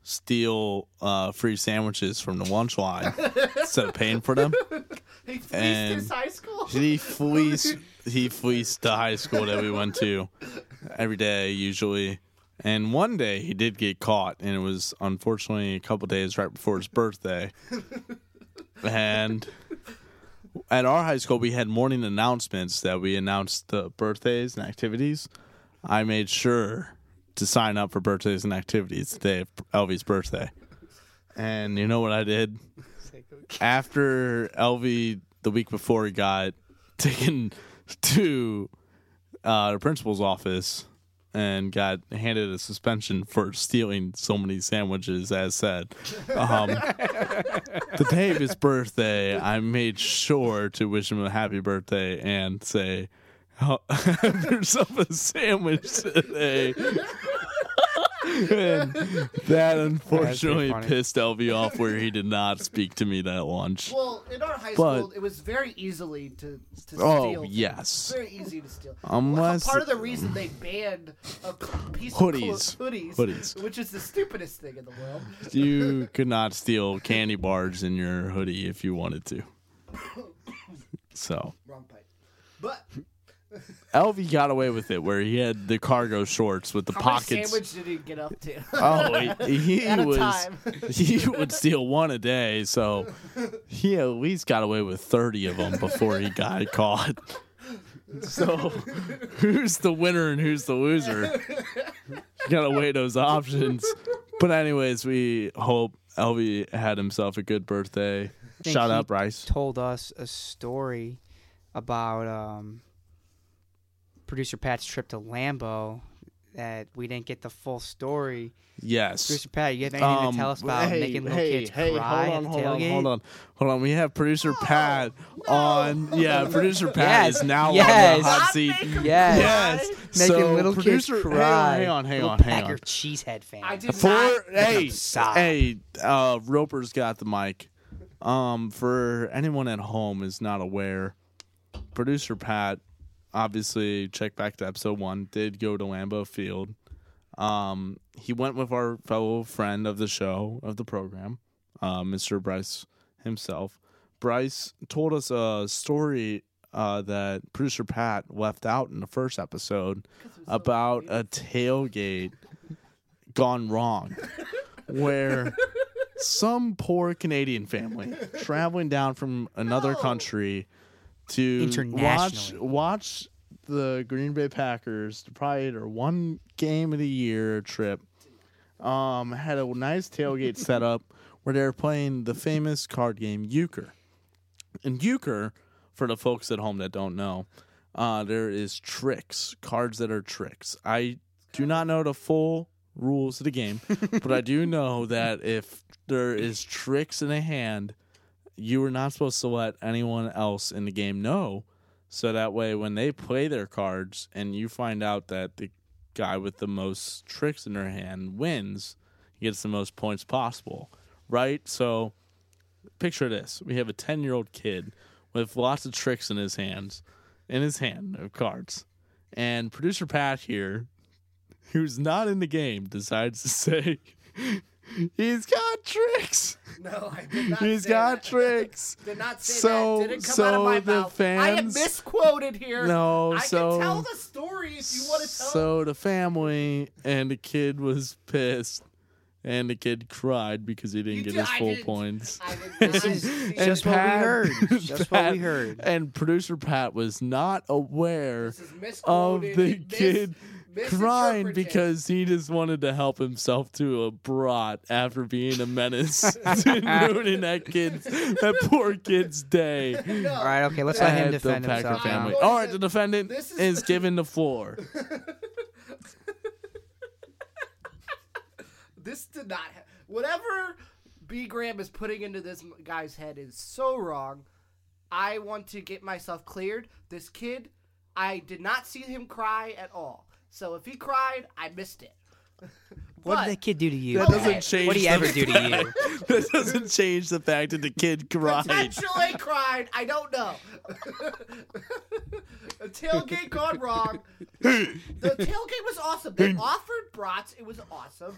S1: steal uh, free sandwiches from the lunch line instead of paying for them.
S3: it. He fleeced
S1: and-
S3: his high school.
S1: He fleeced he fleeced the high school that we went to every day usually. And one day he did get caught, and it was unfortunately a couple days right before his birthday. And at our high school, we had morning announcements that we announced the birthdays and activities. I made sure to sign up for birthdays and activities the day of Elvie's birthday. And you know what I did? after LV the week before he got taken to uh, the principal's office and got handed a suspension for stealing so many sandwiches, as said. Um, the day of his birthday, I made sure to wish him a happy birthday and say, "Oh, "Have How, have yourself a sandwich today. and that unfortunately
S2: funny.
S1: pissed LV off where he did not speak to me that lunch.
S3: Well, in our high
S1: But-
S3: school, it was very easily to, to steal.
S1: Oh,
S3: things.
S1: yes.
S3: Very easy to steal.
S1: Unless-
S3: part of the reason they banned a cl- piece
S1: Hoodies.
S3: of clo- hoodies,
S1: Hoodies.
S3: which is the stupidest thing in the world.
S1: You could not steal candy bars in your hoodie if you wanted to. So
S3: Wrong pipe. But
S1: LV got away with it where he had the cargo shorts with the
S3: how much
S1: pockets.
S3: sandwich did he get up to?
S1: Oh, he, he
S3: At a
S1: was
S3: time.
S1: he would steal one a day, so he at least got away with thirty of them before he got caught. So who's the winner and who's the loser? You gotta weigh those options. But anyways, we hope Elvie had himself a good birthday.
S2: think
S1: Shout
S2: he
S1: out Bryce.
S2: told us a story about um, producer Pat's trip to Lambo that we didn't get the full story.
S1: Yes.
S2: Producer Pat, you have anything
S1: Um,
S2: to tell us about
S1: hey,
S2: making little
S1: hey,
S2: kids
S1: hey,
S2: cry
S1: hold on,
S2: at the
S1: hold on,
S2: tailgate?
S1: hold on, hold on. We have producer Pat on. Yeah, producer Pat
S2: Yes,
S1: is now on
S2: yes.
S1: the hot
S2: Not
S1: seat.
S2: Yes.
S1: Yes.
S2: Making
S1: so
S2: little
S1: producer,
S2: kids cry.
S1: Hang on, hang
S2: little
S1: on, hang on.
S2: Packer cheesehead fan.
S3: I did
S1: For
S3: not.
S1: hey,
S2: Stop.
S1: hey, uh, Roper's got the mic. Um, for anyone at home is not aware, producer Pat, obviously check back to episode one. Did go to Lambeau Field. Um, he went with our fellow friend of the show of the program, uh, Mr. Bryce himself. Bryce told us a story uh, that producer Pat left out in the first episode about a tailgate gone wrong where some poor Canadian family traveling down from another country to watch
S2: Internationally.
S1: watch the Green Bay Packers probably their one game of the year trip. Um, had a nice tailgate set up where they were playing the famous card game Euchre. And Euchre, for the folks at home that don't know, uh, there is tricks, cards that are tricks. I do not know the full rules of the game, but I do know that if there is tricks in a hand, you are not supposed to let anyone else in the game know. So that way, when they play their cards and you find out that the guy with the most tricks in their hand wins, gets the most points possible, right? So picture this we have a 10 year old kid with lots of tricks in his hands in his hand of cards and producer pat here who's not in the game decides to say he's got tricks
S3: No, I did not.
S1: he's
S3: say
S1: got
S3: that.
S1: tricks
S3: Did not say
S1: So-
S3: that. Didn't come
S1: so
S3: out of my
S1: the
S3: mouth. I am
S1: fans-
S3: misquoted here.
S1: No,
S3: I
S1: so-
S3: can tell the story if you want to tell.
S1: so the family and the kid was pissed and the kid cried because he didn't
S3: You
S1: get
S3: did-
S1: his
S3: I
S1: full
S3: didn't-
S1: points
S3: I did
S2: This
S3: not
S2: is
S3: see-
S1: And
S2: just what we
S1: Pat-
S2: heard. Just what we
S1: Pat-
S2: heard.
S1: and producer pat was not aware
S3: This is
S1: of
S3: misquoted,
S1: the
S3: mis-
S1: kid crying
S3: misinterpreted.
S1: because he just wanted to help himself to a brat after being a menace to ruining that kid's that poor kid's day.
S3: No,
S2: All right, okay, let's let him
S1: At
S2: defend
S1: the Packer
S2: himself. now.
S1: family. All right, the defendant
S3: This is-
S1: is given the floor.
S3: this did not. Ha- Whatever B Graham is putting into this m- guy's head is so wrong. I want to get myself cleared. This kid, I did not see him cry at all. So if he cried, I missed it.
S2: What
S3: But-
S2: did that kid do to you?
S1: That doesn't
S3: Okay.
S1: change.
S2: What do you
S1: the
S2: ever do to you?
S1: fact- That doesn't change the fact that the kid cried.
S3: Potentially cried. I don't know. a tailgate gone wrong. The tailgate was awesome. They offered brats. It was awesome.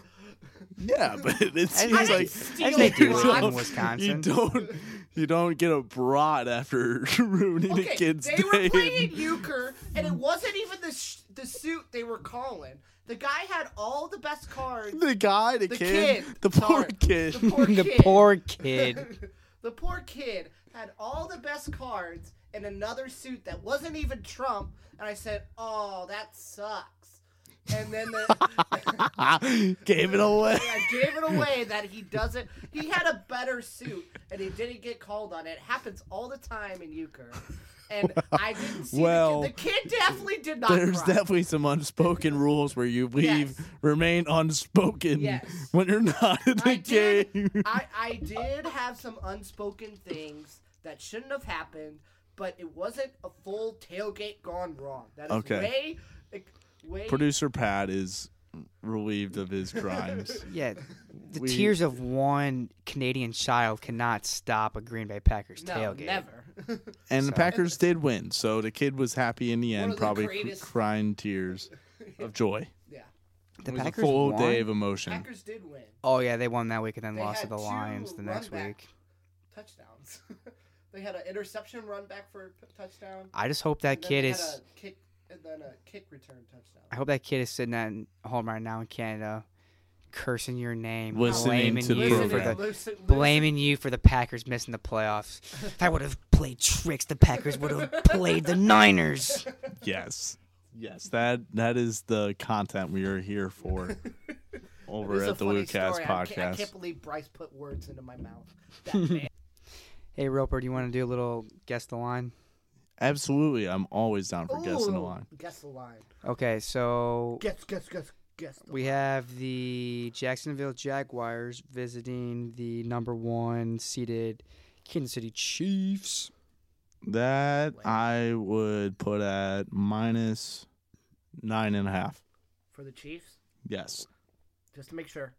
S1: Yeah, but it seems
S2: I didn't
S1: like
S3: steal
S2: As they do
S1: you
S3: brats.
S2: it in
S1: don't-
S2: Wisconsin.
S1: You don't, you don't get a brat after ruining a
S3: Okay,
S1: kid's
S3: they
S1: day.
S3: were
S1: and-
S3: playing euchre, and it wasn't even the sh- the suit they were calling. The guy had all the best cards.
S1: The guy, the,
S3: The
S1: kid,
S3: kid.
S1: the poor
S3: Sorry.
S1: kid.
S3: The poor
S2: the
S3: kid.
S2: poor kid.
S3: the poor kid had all the best cards and another suit that wasn't even Trump, and I said, "Oh, that sucks." And then the,
S1: Gave it away.
S3: I gave it away that he doesn't. He had a better suit, and he didn't get called on it. It happens all the time in euchre. And I didn't see
S1: Well,
S3: the, kid. the kid. Definitely did not.
S1: There's
S3: cry.
S1: definitely some unspoken rules where you leave,
S3: Yes.
S1: remain unspoken
S3: Yes.
S1: when you're not in the
S3: I
S1: game.
S3: did. I, I did have some unspoken things that shouldn't have happened. but it wasn't a full tailgate gone wrong. That is
S1: Okay.
S3: way, like, way.
S1: Producer Pat is relieved of his crimes.
S2: Yeah, the
S1: We-
S2: tears of one Canadian child cannot stop a Green Bay Packers
S3: no,
S2: tailgate.
S3: never.
S1: And the Packers did win, so the kid was happy in the
S3: One
S1: end,
S3: of the
S1: probably cr-
S3: greatest-
S1: crying tears of joy.
S3: yeah,
S2: The
S1: it was
S2: Packers
S1: a full
S2: won?
S1: day of emotion.
S3: Packers did win
S2: Oh yeah, they won that week and then
S3: They
S2: lost to
S3: had
S2: the
S3: two
S2: Lions the
S3: run
S2: next
S3: back-
S2: week.
S3: touchdowns. they had an interception run back for a touchdown.
S2: I just hope that
S3: and then they
S2: kid
S3: had
S2: is.
S3: a kick and then a kick return touchdown.
S2: I hope that kid is sitting at home right now in Canada, cursing your name,
S1: Listening
S2: blaming
S1: to the
S2: you
S1: Listening
S2: for
S1: program.
S2: the
S3: Lucy- Lucy-
S2: blaming you for the Packers missing the playoffs. If I would have played tricks, the Packers would have played the Niners.
S1: Yes. Yes, that that is the content we are here for over
S3: This is a
S1: at the
S3: funny
S1: Lucas
S3: story. I can't- I
S1: podcast.
S3: can't believe Bryce put words into my mouth. That man.
S2: Hey Roper, do you want to do a little guess the line?
S1: Absolutely, I'm always down for guessing the
S3: Ooh,
S1: line.
S3: Guess the line.
S2: Okay, so
S3: Guess, guess, guess, guess. The
S2: we have the Jacksonville Jaguars visiting the number one seeded Kansas City Chiefs.
S1: That I would put at minus nine and a half.
S3: for the Chiefs,
S1: Yes.
S3: just to make sure.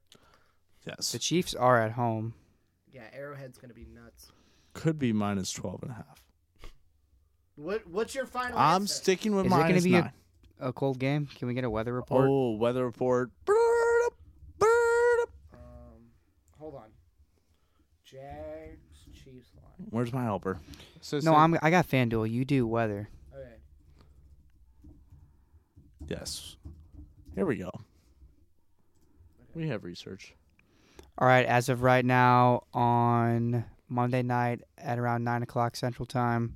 S2: The
S1: Yes.
S2: Chiefs are at home.
S3: Yeah, Arrowhead's gonna be nuts.
S1: Could be minus 12 and a half.
S3: What? What's your final?
S1: I'm
S3: answer?
S1: sticking with
S2: Is it gonna
S1: minus
S2: be a
S1: nine.
S2: A cold game. Can we get a weather report?
S1: Oh, weather report. Bird up, bird up.
S3: Um, hold on. Jags, Chiefs line.
S1: Where's my helper?
S2: no, I'm. I got FanDuel. You do weather.
S3: Okay.
S1: Yes. Here we go. We have research.
S2: All right. As of right now, on Monday night at around nine o'clock Central Time,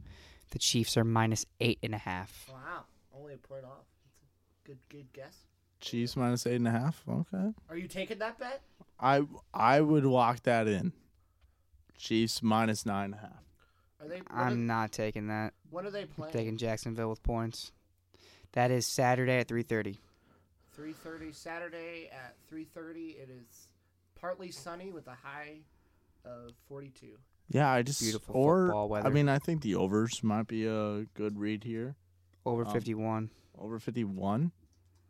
S2: the Chiefs are minus eight and a half.
S3: Wow, only a point off. That's a good, good guess.
S1: Chiefs minus eight and a half. Okay.
S3: Are you taking that bet?
S1: I I would lock that in. Chiefs minus nine and a half.
S3: Are they? What,
S2: I'm
S3: are,
S2: not taking that.
S3: what are they playing?
S2: Taking Jacksonville with points. That is Saturday at three thirty.
S3: Three thirty Saturday at three thirty. It is partly sunny with a high of forty-two.
S1: Yeah, I just
S2: Beautiful
S1: or
S2: football weather.
S1: I mean, I think the overs might be a good read here.
S2: Over
S1: Um,
S2: fifty one.
S1: Over fifty one.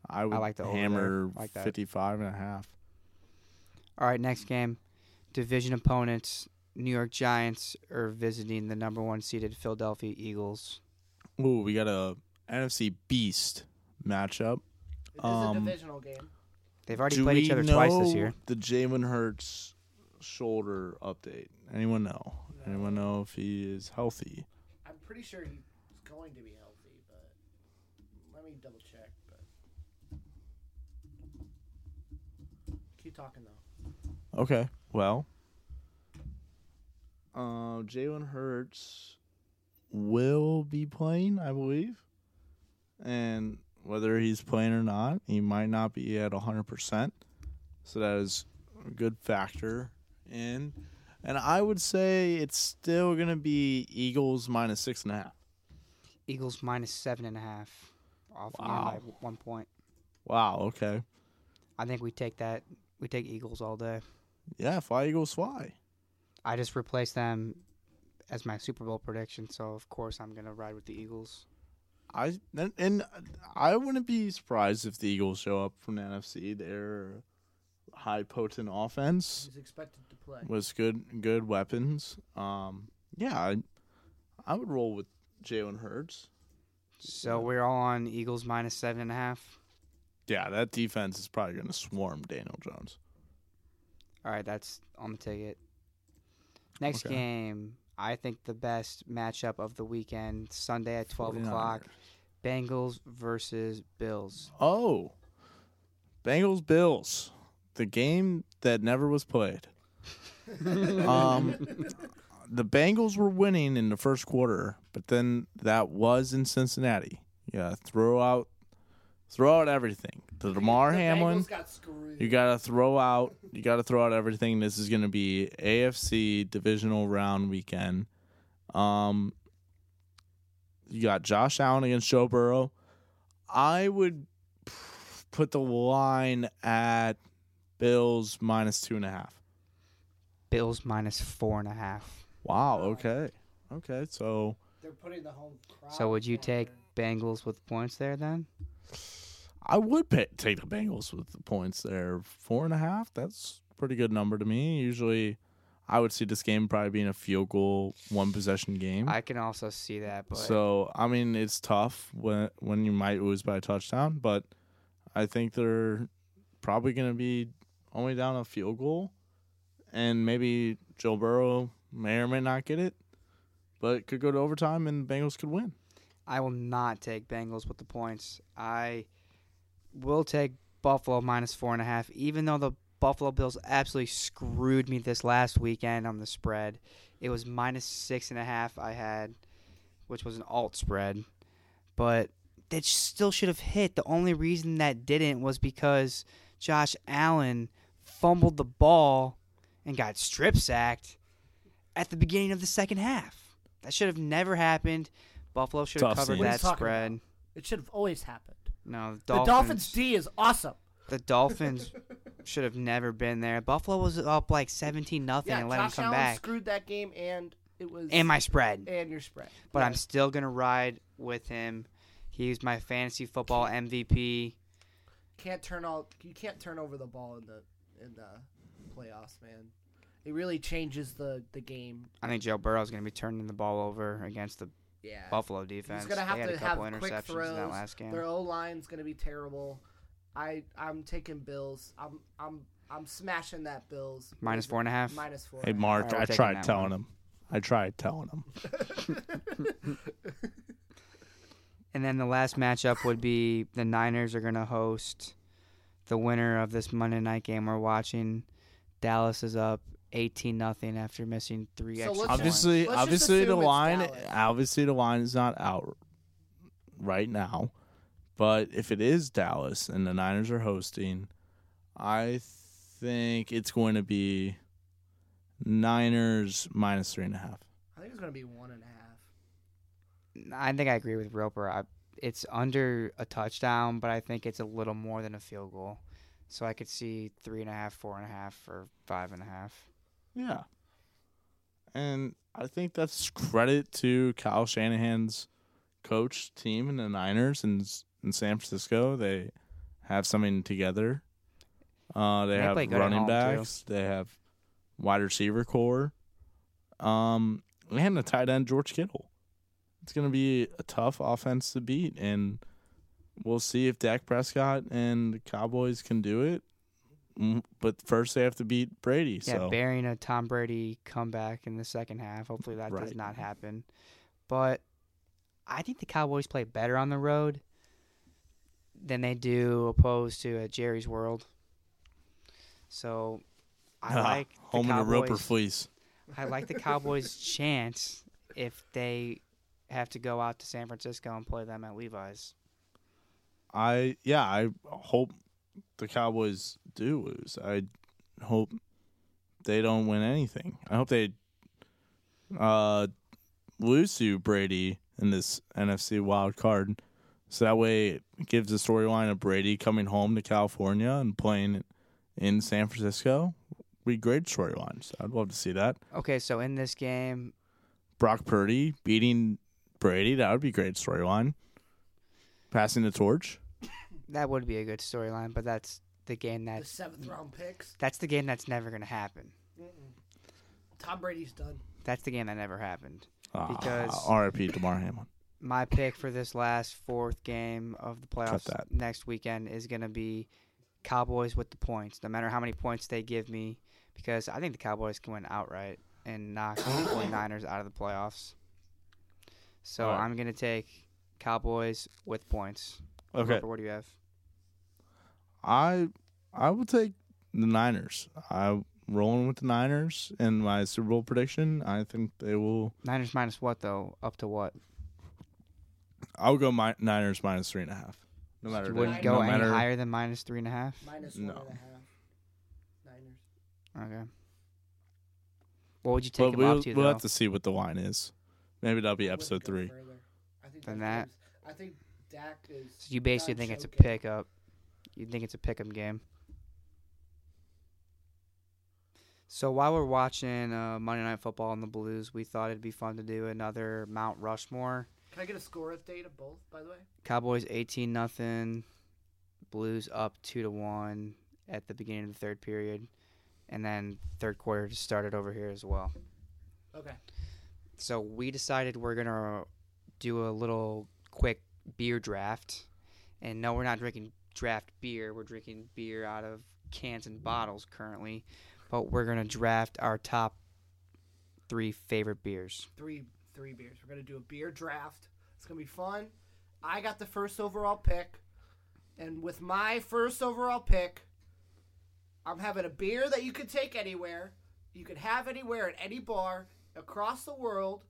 S1: I would
S2: like the over there.
S1: hammer
S2: I like that.
S1: 55 and a half.
S2: All right, next game. Division opponents, New York Giants are visiting the number one seeded Philadelphia Eagles.
S1: Ooh, we got a NFC beast matchup.
S3: It is
S1: Um,
S3: a divisional game.
S2: They've already
S1: Do
S2: played
S1: we
S2: each other twice this
S1: know
S2: year.
S1: The Jalen Hurts shoulder update. Anyone know? Anyone know if he is healthy?
S3: I'm pretty sure he's going to be healthy, but let me double check. But keep talking though.
S1: Okay. Well, uh, Jalen Hurts will be playing, I believe, and whether he's playing or not, he might not be at hundred percent. So that is a good factor in, and I would say it's still gonna be Eagles minus six and a half.
S2: Eagles minus seven and a half. Off me
S1: Wow.
S2: by w- one point.
S1: Wow. Okay.
S2: I think we take that. We take Eagles all day.
S1: Yeah. Fly Eagles fly.
S2: I just replaced them as my Super Bowl prediction, so of course I'm gonna ride with the Eagles.
S1: I and, and I wouldn't be surprised if the Eagles show up from the NFC. They're high potent offense
S3: He's expected to play.
S1: with good good weapons. Um, yeah, I, I would roll with Jalen Hurts.
S2: So we're all on Eagles minus seven and a half.
S1: Yeah, that defense is probably going to swarm Daniel Jones.
S2: All right, that's on the ticket. Next
S1: Okay.
S2: game, I think the best matchup of the weekend, Sunday at 12 o'clock, Bengals versus Bills.
S1: Oh, Bengals Bills, the game that never was played. um, the Bengals were winning in the first quarter, but then that was in Cincinnati. Yeah, throw out, throw out everything. The Demar
S3: The
S1: Hamlin,
S3: Bengals got screwed.
S1: you gotta throw out, you gotta throw out everything. This is gonna be AFC divisional round weekend. Um, you got Josh Allen against Joe Burrow. I would p- put the line at Bills minus two and a half.
S2: Bills minus four and a half.
S1: Wow. Okay. Okay. So
S3: They're putting the home. crowd
S2: So would you take
S3: forward.
S2: Bengals with points there then?
S1: I would pay, take the Bengals with the points there. Four and a half, that's a pretty good number to me. Usually, I would see this game probably being a field goal, one possession game.
S2: I can also see that, but
S1: Mm-hmm. so, I mean, it's tough when when you might lose by a touchdown, but I think they're probably going to be only down a field goal, and maybe Joe Burrow may or may not get it, but it could go to overtime and Bengals could win.
S2: I will not take Bengals with the points. I will take Buffalo minus four and a half, even though the Buffalo Bills absolutely screwed me this last weekend on the spread. It was minus six and a half I had, which was an alt spread, but that still should have hit. The only reason that didn't was because Josh Allen fumbled the ball and got strip sacked at the beginning of the second half. That should have never happened. Buffalo should have
S1: Tough
S2: covered
S1: scene. What
S4: are you
S2: that
S4: talking
S2: spread.
S4: It should have always happened.
S2: No, the
S4: The Dolphins
S2: Dolphins.
S4: D is awesome.
S2: The Dolphins should have never been there. Buffalo was up like seventeen nothing
S3: Yeah,
S2: and let them
S3: Josh
S2: come
S3: Allen
S2: back.
S3: screwed that game, and it was
S2: and my spread,
S3: and your spread.
S2: but I'm still gonna ride with him. He's my fantasy football MVP.
S3: can't turn all you can't turn over the ball in the in the playoffs, man. It really changes the the game.
S2: I think Joe Burrow's gonna be turning the ball over against the
S3: Yeah,
S2: Buffalo defense.
S3: he's gonna have
S2: they had
S3: to
S2: a couple
S3: have quick
S2: interceptions in that
S3: throws.
S2: last game.
S3: Their O line's gonna be terrible. I I'm taking Bills. I'm I'm I'm smashing that Bills.
S2: Minus four and a half.
S3: Minus four.
S1: Hey, Mark,
S2: Alright, we're
S1: I
S2: taking
S1: tried
S2: that
S1: telling
S2: one.
S1: him. I tried telling him.
S2: And then the last matchup would be the Niners are going to host the winner of this Monday night game we're watching. Dallas is up 18 nothing after missing three
S3: So
S2: extra
S3: let's-
S2: points.
S1: obviously
S3: Let's just
S1: obviously the
S3: assume it's
S1: line
S3: Dallas.
S1: obviously the line is not out right now but if it is dallas and the niners are hosting i think it's going to be niners minus three and a half
S3: I think it's gonna be one and a half.
S2: I think I agree with Roper. I, it's under a touchdown, but I think it's a little more than a field goal. So I could see three and a half, four and a half, or five and a half.
S1: yeah and i think that's credit to kyle shanahan's coach team and the niners and in san francisco they have something together uh, they,
S2: They
S1: have
S2: play good at
S1: running
S2: home, too.
S1: backs. They have wide receiver core. Um, and the tight end George Kittle. It's going to be a tough offense to beat, and we'll see if Dak Prescott and the Cowboys can do it. Mm, But first, they have to beat Brady.
S2: Yeah,
S1: so
S2: bearing a Tom Brady comeback in the second half. Hopefully that does
S1: Right.
S2: not happen. But I think the Cowboys play better on the road than they do opposed to at Jerry's World. So I
S1: Ah,
S2: like the
S1: home in the Roper
S2: Cowboys-
S1: fleece.
S2: I like the Cowboys' chance if they have to go out to San Francisco and play them at Levi's.
S1: I yeah, I hope the Cowboys do lose. I hope they don't win anything. I hope they uh lose to Brady in this NFC wild card. So that way it gives the storyline of Brady coming home to California and playing in San Francisco. Be great storylines. I'd love to see that.
S2: Okay, so in this game,
S1: Brock Purdy beating Brady, that would be great storyline. Passing the torch.
S2: that would be a good storyline, but that's the game
S3: The
S2: that's
S3: seventh round picks.
S2: that's the game that's never gonna happen.
S3: Tom Brady's done.
S2: That's the game that never happened.
S1: Ah,
S2: Because-
S1: R.I.P. Damar Hamlin.
S2: My pick for this last fourth game of the playoffs
S1: that.
S2: next weekend is going to be Cowboys with the points, no matter how many points they give me, because I think the Cowboys can win outright and knock the 49ers out of the playoffs. So
S1: All right.
S2: I'm going to take Cowboys with points.
S1: Okay.
S2: Roper, what do you have?
S1: I I will take the Niners. I'm rolling with the Niners in my Super Bowl prediction. I think they will.
S2: Niners minus what, though? Up to what?
S1: I'll go mi- Niners minus three and a half. No
S2: You
S1: matter. no
S2: wouldn't go any
S1: matter-
S2: higher than minus three and a half?
S3: Minus
S1: No.
S3: one and a half. Niners.
S2: Okay. What would you
S1: But
S2: take them
S1: we'll,
S2: up to,
S1: we'll
S2: though?
S1: have to see what the line is. Maybe that'll be
S3: I wouldn't
S1: episode
S3: go
S1: three.
S3: further. I think
S2: Than
S3: that
S2: that?
S3: game's- I think Dak is.
S2: So you basically
S3: done
S2: think it's a
S3: choking.
S2: pickup. You think it's a pick'em game. So while we're watching uh, Monday Night Football and the Blues, we thought it'd be fun to do another Mount Rushmore.
S3: Can I get a score update of both, by the way?
S2: Cowboys eighteen nothing, Blues up two to one at the beginning of the third period, and then third quarter just started over here as well.
S3: Okay.
S2: So we decided we're gonna do a little quick beer draft, and no, we're not drinking draft beer. We're drinking beer out of cans and bottles currently, but we're gonna draft our top three favorite beers.
S3: Three three beers. We're gonna do a beer draft. It's gonna be fun. I got the first overall pick, and with my first overall pick, I'm having a beer that you could take anywhere. You could have anywhere at any bar across the world,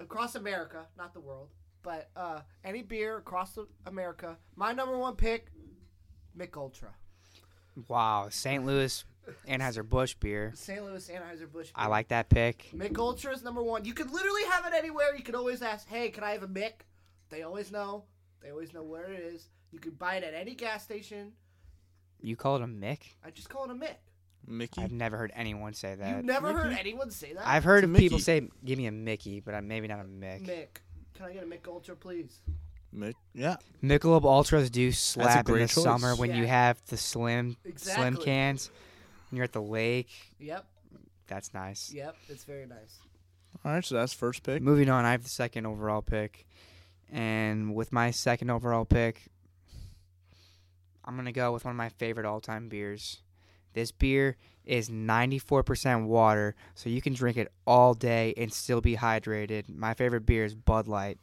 S3: across America, not the world, but uh, any beer across the, America. My number one pick, Mick Ultra.
S2: Wow, St. Louis Anheuser Busch beer.
S3: St. Louis Anheuser Busch.
S2: I like that pick.
S3: Mick Ultra is number one. You could literally have it anywhere. You could always ask, "Hey, can I have a Mick?" They always know. They always know where it is. You could buy it at any gas station.
S2: You call it a Mick?
S3: I just call it a Mick.
S1: Mickey.
S2: I've never heard anyone say that.
S3: You never heard
S1: Mickey?
S3: anyone say that.
S2: I've heard
S1: It's
S2: of
S1: a
S2: people
S1: Mickey.
S2: say, "Give me a Mickey," but I'm maybe not a Mick.
S3: Mick, can I get a Mick Ultra, please?
S1: Mick. Yeah.
S2: Michelob Ultras do slap in
S1: great
S2: the
S1: choice.
S2: summer when you
S3: Yeah.
S2: have the slim slim
S3: Exactly.
S2: cans. When you're at the lake,
S3: Yep,
S2: that's nice.
S3: yep. It's very nice.
S1: All right, so that's first pick.
S2: Moving on, I have the second overall pick, and with my second overall pick, I'm gonna go with one of my favorite all-time beers. This beer is 94% water, so you can drink it all day and still be hydrated. My favorite beer is Bud Light.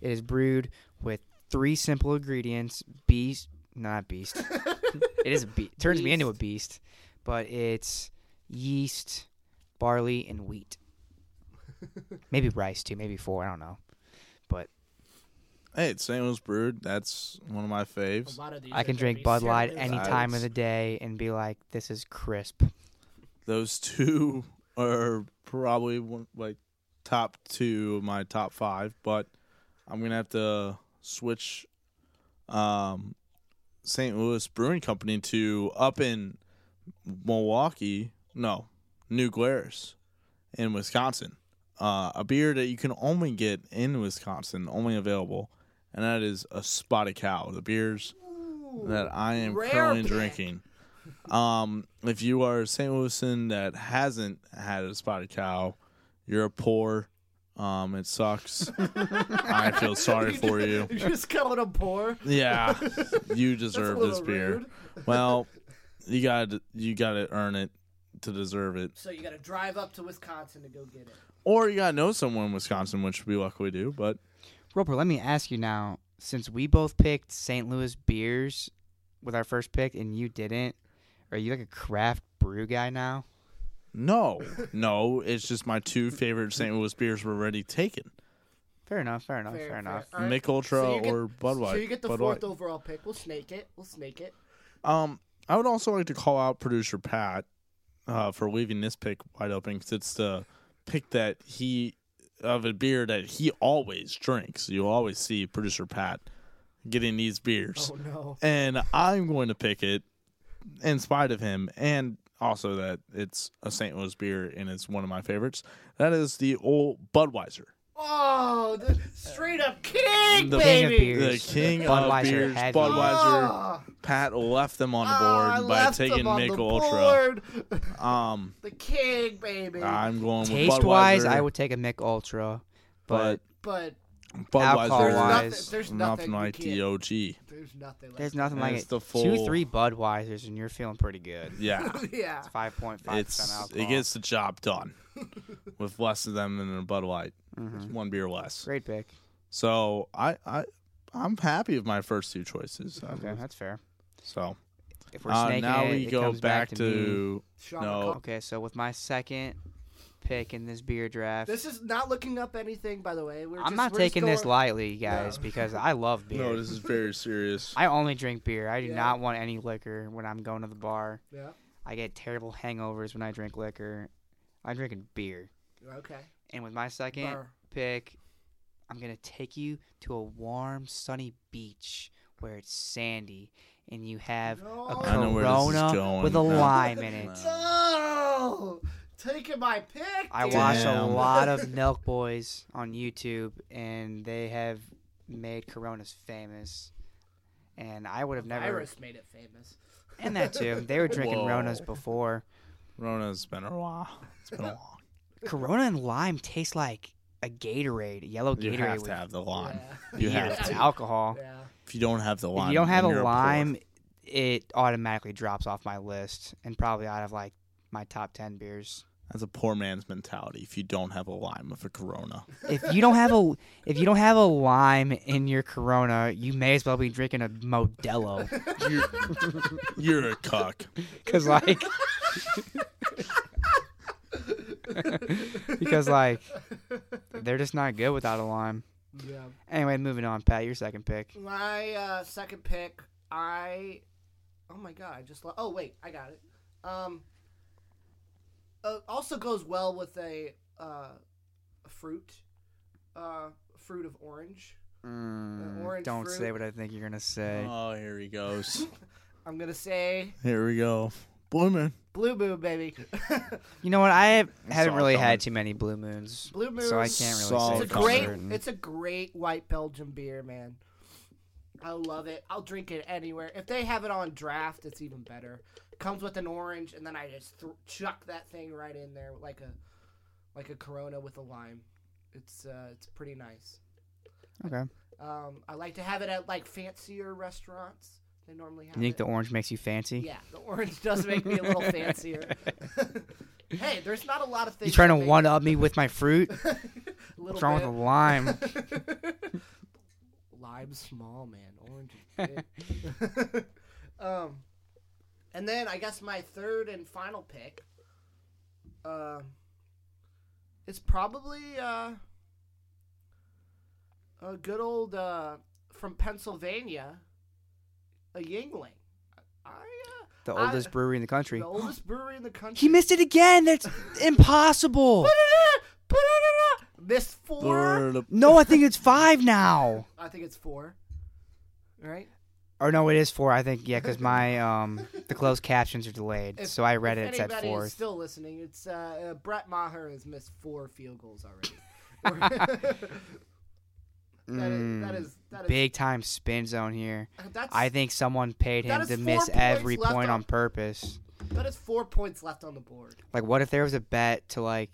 S2: It is brewed with three simple ingredients: beast, not beast. it is a beast. Turns me into a beast, but it's yeast, barley, and wheat. Maybe rice too. Maybe four. I don't know. But
S1: Hey, it's St. Louis Brewed. That's one of my
S3: A
S1: faves.
S3: lot of these.
S2: I
S3: are
S2: can
S3: gonna
S2: drink
S3: be
S2: Bud
S3: St.
S2: Light
S3: Louis.
S2: any
S1: Nice.
S2: time of the day and be like, "This is crisp."
S1: Those two are probably one, like top two of my top five, but I'm gonna have to switch um, St. Louis Brewing Company to up in Milwaukee. No, New Glarus in Wisconsin. Uh, a beer that you can only get in Wisconsin, only available, and that is a Spotted Cow. The beers that I am
S3: rare
S1: currently
S3: pick.
S1: drinking. Um, if you are a St. Louisan that hasn't had a Spotted Cow, you're poor. Um, it sucks. I feel sorry for you.
S3: You just call it a pour.
S1: Yeah, you
S3: That's a
S1: deserve this
S3: little
S1: beer.
S3: rude.
S1: Well, you got to you got to earn it to deserve it,
S3: So you got to drive up to Wisconsin to go get it.
S1: or you got to know someone in Wisconsin, which we luckily do. But
S2: Roper, let me ask you now. Since we both picked St. Louis beers with our first pick and you didn't, are you like a craft brew guy now?
S1: no, no, it's just my two favorite St. Louis beers were already taken:
S2: Fair enough. Fair enough. Fair, enough.
S3: All right.
S1: Mick Ultra
S3: So you get-
S1: or Bud Light.
S3: So you get the
S1: Bud
S3: fourth
S1: Light.
S3: overall pick. We'll snake it. We'll snake it.
S1: Um, I would also like to call out producer Pat uh, for leaving this pick wide open because it's the pick that he of a beer that he always drinks. You always see producer Pat getting these beers,
S3: Oh no.
S1: and I'm going to pick it in spite of him, and also that it's a St. Louis beer and it's one of my favorites. That is the old Budweiser,
S3: Oh, the straight up king,
S1: The
S2: King of
S3: baby.
S2: beers.
S1: the king
S2: Budweiser
S1: of beers.
S2: heavy.
S1: Budweiser.
S3: Ah,
S1: Pat left them on
S3: ah, I
S1: the board by
S3: left them
S1: taking
S3: on the
S1: Mick Ultra.
S3: board.
S1: Um.
S3: The king, baby.
S1: I'm going with
S2: Taste
S1: Budweiser,
S2: wise, I would take a Mick Ultra, but,
S1: but
S3: but there's
S1: Budweiser is
S2: alcohol-wise,
S3: nothing. There's
S1: nothing
S3: nothing you
S1: like
S3: can't-
S1: the OG.
S3: There's nothing. Like
S2: there's nothing
S1: And
S2: like
S1: it's
S2: it.
S1: the
S2: Two,
S1: full-
S2: three Budweisers, and you're feeling pretty good.
S1: Yeah,
S3: Yeah.
S2: Five point five percent
S1: it's
S2: alcohol.
S1: it gets the job done with less of them than a Bud Light, It's one beer less.
S2: Mm-hmm. Great pick.
S1: So I I I'm happy with my first two choices. Um,
S2: Okay, that's fair.
S1: So
S2: If we're
S1: uh,
S2: snaking
S1: now
S2: it,
S1: we
S2: it
S1: go
S2: comes back, to, me.
S1: to
S3: Sean
S1: No.
S3: McCall-
S2: Okay, so with my second pick in this beer draft,
S3: This is not looking up anything, by the way. We're
S2: I'm
S3: just,
S2: not
S3: we're just
S2: taking this
S3: going-
S2: lightly, guys, because I love beer.
S1: no. This is very serious.
S2: I only drink beer. I do
S3: Yeah.
S2: not want any liquor when I'm going to the bar.
S3: Yeah.
S2: I get terrible hangovers when I drink liquor. I'm drinking beer.
S3: Okay.
S2: And with my second
S3: Bar.
S2: pick, I'm gonna take you to a warm, sunny beach where it's sandy and you have a
S1: I know where this is
S2: Corona
S1: going.
S2: with a
S1: No.
S2: lime in it.
S3: Oh, taking my pick.
S2: I
S3: dude.
S2: watch a
S1: Damn.
S2: lot of Milk Boys on YouTube, and they have made Coronas famous. And I would have never.
S3: Virus made it famous.
S2: And that too. They were drinking
S1: Whoa.
S2: Ronas before.
S1: Rona's been a while. It's been a while.
S2: Corona and lime taste like a Gatorade, a yellow
S1: You
S2: Gatorade
S1: have
S2: with
S1: to have the lime.
S3: Yeah.
S1: You
S2: beer.
S1: have
S2: It's
S1: to.
S2: alcohol.
S3: Yeah.
S1: If you don't have the lime,
S2: if you don't have
S1: then
S2: a
S1: you're poor.
S2: lime, it automatically drops off my list and probably out of like my top 10 beers.
S1: that's a poor man's mentality. If you don't have a lime with a Corona,
S2: If you don't have a if you don't have a lime in your Corona, you may as well be drinking a Modelo
S1: you're, you're a cuck.
S2: cuz like because like they're just not good without a lime.
S3: Yeah.
S2: Anyway, moving on, Pat, your second pick.
S3: My uh, second pick, I. Oh my god, I just. Lo- oh wait, I got it. Um. Uh, also goes well with a uh, a fruit, uh, fruit of orange.
S2: Mm,
S3: orange
S2: don't
S3: fruit.
S2: say what I think you're going to say.
S1: Oh, here he goes.
S3: I'm gonna say
S1: Here we go, boy man.
S3: blue moon, baby.
S2: you know what? I have, haven't
S1: Solid
S2: really had
S1: comment.
S2: too many blue moons.
S3: blue moon.
S2: So I can't really
S1: Solid
S2: say.
S3: It's a
S2: for
S3: great.
S2: certain.
S3: It's a great white Belgian beer, man. I love it. I'll drink it anywhere. If they have it on draft, it's even better. Comes with an orange, and then I just th- chuck that thing right in there like a like a Corona with a lime. It's uh, it's pretty nice.
S2: Okay.
S3: Um, I like to have it at like fancier restaurants. They normally have.
S2: You think
S3: it.
S2: the orange makes you fancy?
S3: Yeah, the orange does make me a little fancier. hey, there's not a lot of
S2: You
S3: things.
S2: trying to
S3: that make-
S2: one up me with my fruit?
S3: a little
S2: What's wrong with
S3: bit.
S2: the lime?
S3: Lime small man, orange. is big. um, and then I guess my third and final pick. Uh, it's probably uh, a good old uh, from Pennsylvania, a Yingling. I, uh,
S2: The
S3: I-
S2: oldest brewery in the country.
S3: the oldest brewery in the country.
S2: He missed it again. That's impossible.
S3: Missed four.
S1: Blur-
S2: No, I think it's five now.
S3: I think it's four. Right?
S2: Or no, it is four. I think yeah, because my um the closed captions are delayed,
S3: If-
S2: so I read it.
S3: if
S2: It said
S3: anybody
S2: four.
S3: is still listening, it's uh, uh, Brett Maher has missed four field goals already. that, is, that
S2: Mm,
S3: is that is
S2: Big time spin zone here.
S3: That's,
S2: I think someone paid
S3: That
S2: him
S3: is
S2: to
S3: four
S2: miss
S3: points
S2: every
S3: left
S2: point
S3: on-
S2: on purpose.
S3: that is four points left on the board.
S2: Like, what if there was a bet to like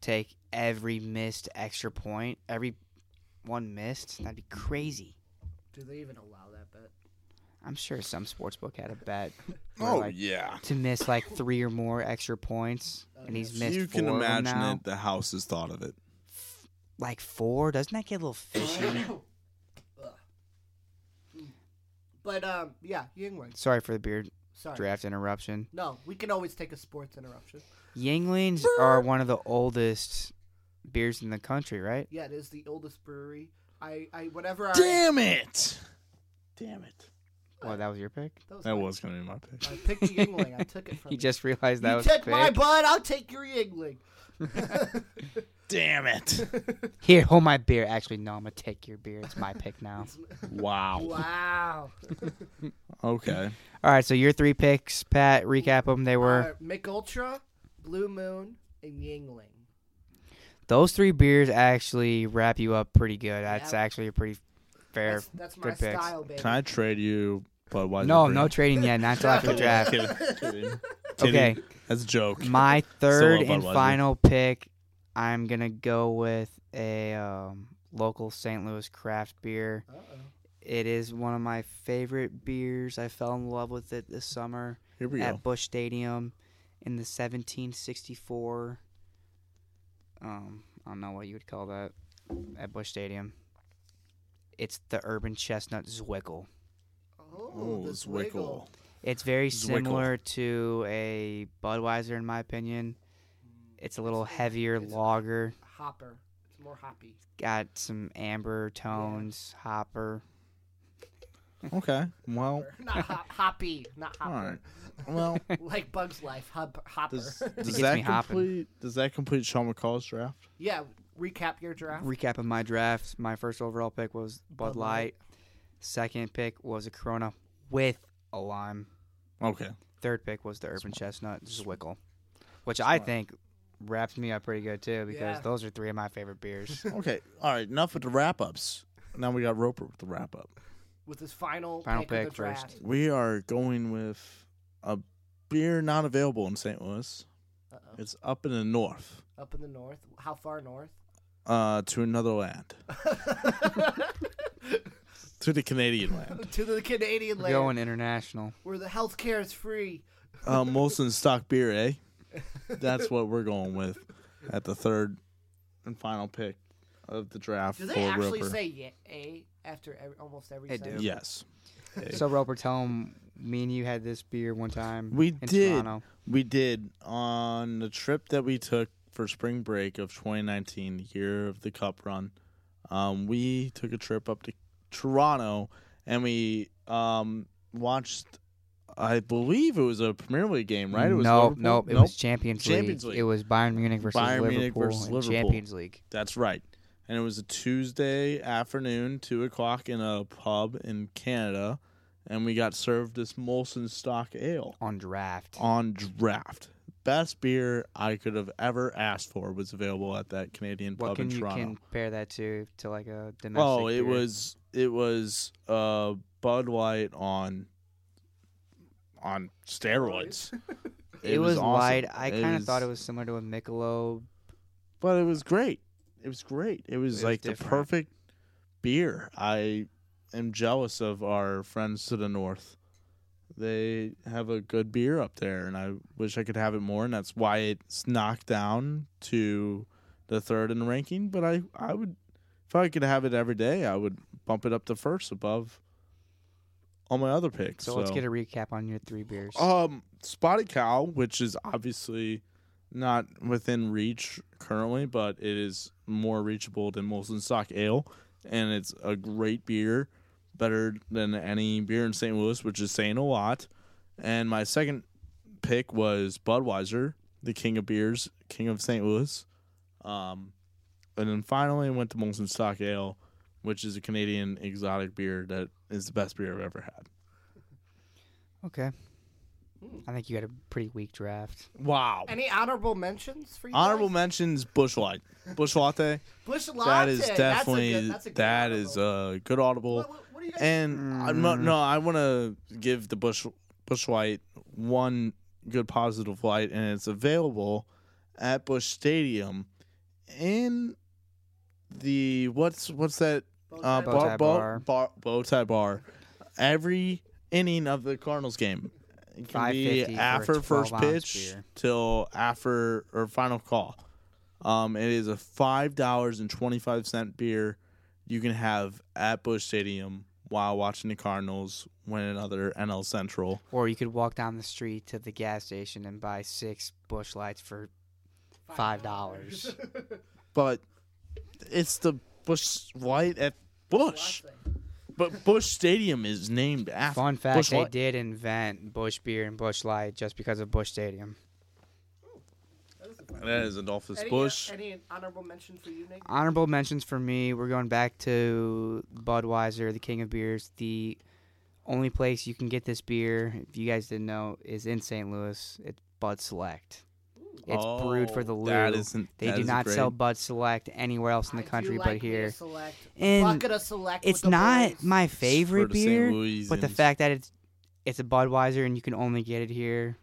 S2: take every missed extra point, every one missed? That'd be crazy.
S3: Do they even allow that bet?
S2: I'm sure some sports book had a bet. where,
S1: Oh
S2: like,
S1: yeah.
S2: to miss like three or more extra points, and he's missed
S1: You
S2: four
S1: can
S2: of them
S1: imagine
S2: now.
S1: it. The house has thought of it.
S2: Like four? Doesn't that get a little
S1: Oh,
S2: fishy?
S3: Ugh. But um, yeah, Yingling.
S2: Sorry for the beard
S3: Sorry.
S2: draft interruption.
S3: No, we can always take a sports interruption.
S2: Yinglings are one of the oldest beers in the country, right?
S3: Yeah, it is the oldest brewery. I, I whenever I
S1: Damn it! Damn it!
S2: Well, that was your pick.
S1: That
S3: my-
S1: was gonna be my pick.
S3: I picked the Yingling. I took it from
S2: He
S3: you.
S2: just realized that
S3: you
S2: was
S3: take
S2: his
S3: my
S2: pick.
S3: butt, I'll take your Yingling.
S1: Damn it!
S2: Here, hold my beer. Actually, no, I'm gonna take your beer. It's my pick now.
S1: Wow.
S3: wow.
S1: Okay.
S2: All right, so your three picks, Pat. Recap them. They were
S3: Uh, Mick Ultra, Blue Moon, and Yingling.
S2: those three beers. Actually, wrap you up pretty good. That's
S3: Yeah.
S2: actually a pretty fair.
S3: That's, that's my
S2: Good picks.
S3: style, baby.
S1: Can I trade you Budweiser?
S2: No,
S1: for-
S2: no trading yet. Not until after the draft.
S1: Kidding, kidding.
S2: Okay.
S1: Kidding. That's a joke.
S2: My third
S1: Still
S2: and
S1: love Budweiser.
S2: final pick, I'm gonna go with a um, local St. Louis craft beer.
S3: Uh-oh.
S2: It is one of my favorite beers. I fell in love with it this summer
S1: Here we go.
S2: at Bush Stadium in the 1764. Um, I don't know what you would call that at Bush Stadium. It's the urban chestnut Zwickel.
S3: Oh, this wiggle.
S2: It's very
S1: Zwickel.
S2: similar to a Budweiser, in my opinion. It's a little
S3: It's-
S2: heavier
S3: it's-
S2: lager.
S3: Hopper. It's more hoppy.
S2: Got some amber tones, hopper.
S1: Okay. Well,
S3: Not hop, hoppy. Not
S1: Oh. all right.
S3: hopper.
S1: Well,
S3: Like Bug's Life. Hub, hopper.
S1: does, does
S2: gets me
S1: that
S2: hopping.
S1: complete? Does that complete Sean McCall's draft?
S3: yeah, recap your draft.
S2: Recap of my draft: my first overall pick was Bud
S3: Bud Light.
S2: Light. Second pick was a Corona with a lime.
S1: Okay.
S2: Third pick was the Urban Chestnut Zwickle, which I think wraps me up pretty good too because
S3: Yeah.
S2: those are three of my favorite beers.
S1: Okay. All right. Enough with the wrap ups. Now we got Roper with the wrap up.
S3: with his final
S2: Final
S3: pick, of
S2: pick
S3: the draft.
S2: first.
S1: We are going with a beer not available in St. Louis.
S3: Uh-oh.
S1: It's up in the north,
S3: Up in the north. How far north?
S1: uh, to another land, to the Canadian land.
S3: to the Canadian
S2: We're
S3: land
S2: going international.
S3: where the health care is free.
S1: Uh, Molson Stock Beer, eh? That's what we're going with at the third and final pick of the draft
S3: Do they
S1: for
S3: actually
S1: Roper.
S3: say yeah, a after every, almost every
S2: They
S3: sentence?
S2: do.
S1: yes.
S2: So Roper, tell 'em me and you had this beer one time.
S1: We
S2: in
S1: did.
S2: Toronto.
S1: We did on the trip that we took for spring break of 2019, the year of the cup run. Um, we took a trip up to Toronto and we um, watched, I believe it was a Premier League game, right? It was
S2: nope,
S1: Liverpool?
S2: nope. It was Champions,
S1: Champions
S2: League.
S1: League.
S2: It was Bayern Munich versus
S1: Bayern
S2: Liverpool.
S1: Munich versus
S2: in
S1: Liverpool.
S2: Champions League.
S1: That's right. And it was a Tuesday afternoon, two o'clock in a pub in Canada, and we got served this Molson Stock Ale
S2: on draft.
S1: on draft. Best beer I could have ever asked for was available at that Canadian
S2: what
S1: pub
S2: can
S1: in
S2: you
S1: Toronto.
S2: compare that to to like a domestic?
S1: oh, it
S2: beer?
S1: was it was uh, Bud Light on on steroids.
S2: It, was,
S1: awesome.
S2: light. I kind of
S1: is-
S2: thought it was similar to a Michelob.
S1: but it was great. It was great. It was
S2: It was
S1: like the
S2: different.
S1: perfect beer. I am jealous of our friends to the north. They have a good beer up there, and I wish I could have it more. And that's why it's knocked down to the third in the ranking. But I, I would, if I could have it every day, I would bump it up to first above all my other picks.
S2: So, let's get a recap on your three beers.
S1: Um, Spotted Cow, which is obviously not within reach currently, but it is more reachable than Molson Stock Ale, and it's a great beer, better than any beer in St. Louis, which is saying a lot. And my second pick was Budweiser, the king of beers, king of St. Louis. Um, and then finally I went to Molson Stock Ale, which is a Canadian exotic beer that is the best beer I've ever had.
S2: okay. I think you had a pretty weak draft.
S1: Wow.
S3: Any honorable mentions for you?
S1: Honorable
S3: guys?
S1: mentions: Bush Light, Bush Latte.
S3: Bush
S1: That
S3: Latte.
S1: is definitely
S3: That's a good, that's a good
S1: that is
S3: honorable.
S1: a good audible.
S3: What, what, what do you guys?
S1: And I'm not, no, I want to give the Bush Bush Light one good positive light, and it's available at Bush Stadium in the what's what's that uh, bar,
S2: Bar.
S3: Bowtie
S1: bar, bar, bow tie bar. Every inning of the Cardinals game it can be
S2: 5.50 for a
S1: after first
S2: 12 ounce
S1: pitch
S2: beer.
S1: till after or final call. Um, it is a five dollars and twenty five cent beer you can have at Bush Stadium while watching the Cardinals win another NL Central.
S2: Or you could walk down the street to the gas station and buy six bush lights for five dollars.
S1: But it's the Bush White at Bush. But Bush Stadium is named after
S2: Fun fact:
S1: Busch
S2: They
S1: Light.
S2: did invent Bush beer and Bush light just because of Bush Stadium.
S1: That is Adolphus
S3: Any,
S1: Bush.
S3: Any honorable mention for you, Nick?
S2: Honorable mentions for me, we're going back to Budweiser, the king of beers. The only place you can get this beer, if you guys didn't know, is in St. Louis. It's Bud Select. It's brewed for the
S1: Oh,
S2: Lou.
S1: that isn't-
S2: they
S1: that
S2: do
S1: is
S2: not
S1: great.
S2: sell Bud Select anywhere else in the
S3: I do
S2: country
S3: like
S2: but
S3: me a
S2: here.
S3: Select.
S2: And
S3: Bucket of select. with
S2: It's
S3: the
S2: not
S3: boys.
S2: my favorite
S1: the St.
S2: beer, but the
S1: Louisians.
S2: fact that it's it's a Budweiser and you can only get it here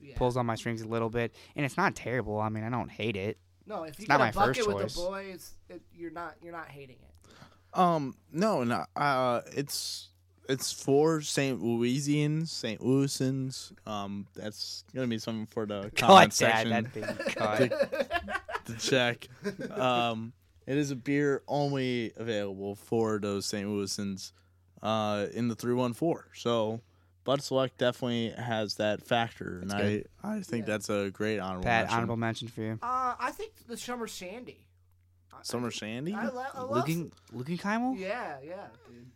S3: Yeah.
S2: pulls on my strings a little bit. And it's not terrible. I mean, I don't hate it.
S3: No, if you
S2: not
S3: get
S2: my
S3: a bucket
S2: first
S3: with
S2: choice.
S3: the boys, it, you're not you're not hating it.
S1: Um, no, no. Uh, it's it's for St. Louisians, St. Louisans. Um, that's gonna be something for the
S2: Cut
S1: comment
S2: that.
S1: section
S2: Oh, That thing. Cut.
S1: to check. Um, it is a beer only available for those St. Louisans, uh, in the three one four. So. Bud Select definitely has that factor, and I,
S2: good.
S1: I think that's a great honorable
S2: Pat,
S1: mention.
S2: honorable mention for you.
S3: Uh, I think the summer shandy. I- I
S1: Summer
S3: think-
S1: Shandy.
S3: I, lo- I love.
S2: Looking, looking Kymel?
S3: Yeah, yeah, dude.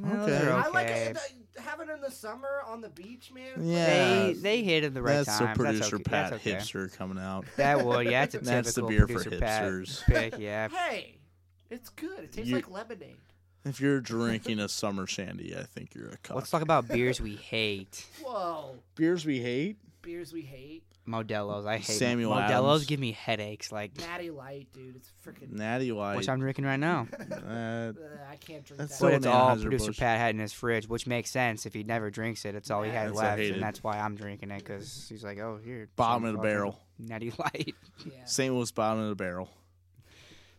S2: No,
S1: Okay.
S2: they're
S1: I
S3: I like
S2: okay.
S3: it, uh, having it in the summer on the beach, man.
S1: Yeah.
S2: They they hit it the right
S1: that's
S2: time.
S1: the producer
S2: okay.
S1: Pat
S2: that's okay.
S1: hipster coming out.
S2: That would yeah, that's a typical
S1: That's the beer for
S2: producer Pat
S1: hipsters.
S2: pick. Yeah,
S3: Hey, it's good. It tastes
S1: You-
S3: like lemonade.
S1: If you're drinking a summer shandy, I think you're a cuck.
S2: Let's talk about beers we hate.
S3: Whoa.
S1: Beers we hate.
S3: Beers we hate.
S2: Modelo's. I hate
S1: Samuel
S2: Modelo's.
S1: Adams.
S2: Give me headaches, like
S3: Natty Light, dude. It's freaking.
S1: Natty Light.
S2: which I'm drinking right now.
S1: Uh,
S3: Uh, I can't drink
S1: That's
S3: that.
S1: so-
S2: but it's all
S1: Anheuser-Busch.
S2: producer Pat had in his fridge, which makes sense if he never drinks it. It's all he had
S1: That's what I
S2: left,
S1: hated.
S2: and that's why I'm drinking it because he's like, "Oh, here,
S1: bottom
S2: son,
S1: of the
S2: I'll drink
S1: barrel.
S2: a Natty Light."
S3: yeah.
S1: St. Louis bottom of the barrel.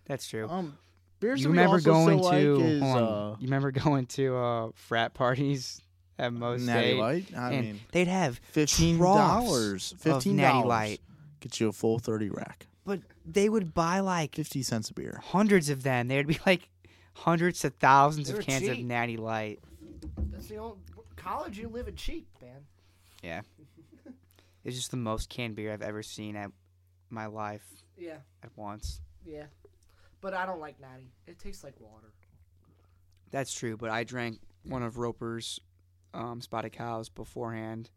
S2: That's true.
S1: Um, beers
S2: you
S1: that we
S2: remember
S1: also
S2: going
S1: still
S2: to?
S1: like is,
S2: hold
S1: uh,
S2: on. you remember going to uh, frat parties at most?
S1: Natty Light. I
S2: and
S1: mean,
S2: they'd have
S1: fifteen dollars.
S2: troughs of
S1: Fifteen
S2: Natty
S1: dollars
S2: Light,
S1: get you a full thirty rack.
S2: but they would buy like
S1: Fifty cents a beer.
S2: hundreds of them. There'd be like hundreds to thousands
S3: They
S2: of
S3: were
S2: cans of
S3: cheap.
S2: Natty Light.
S3: That's the old college. You live in cheap, man.
S2: It's just the most canned beer I've ever seen at my life
S3: Yeah,
S2: at once.
S3: yeah. But I don't like natty. It tastes like water.
S2: That's true, but I drank one of Roper's um, Spotted Cows beforehand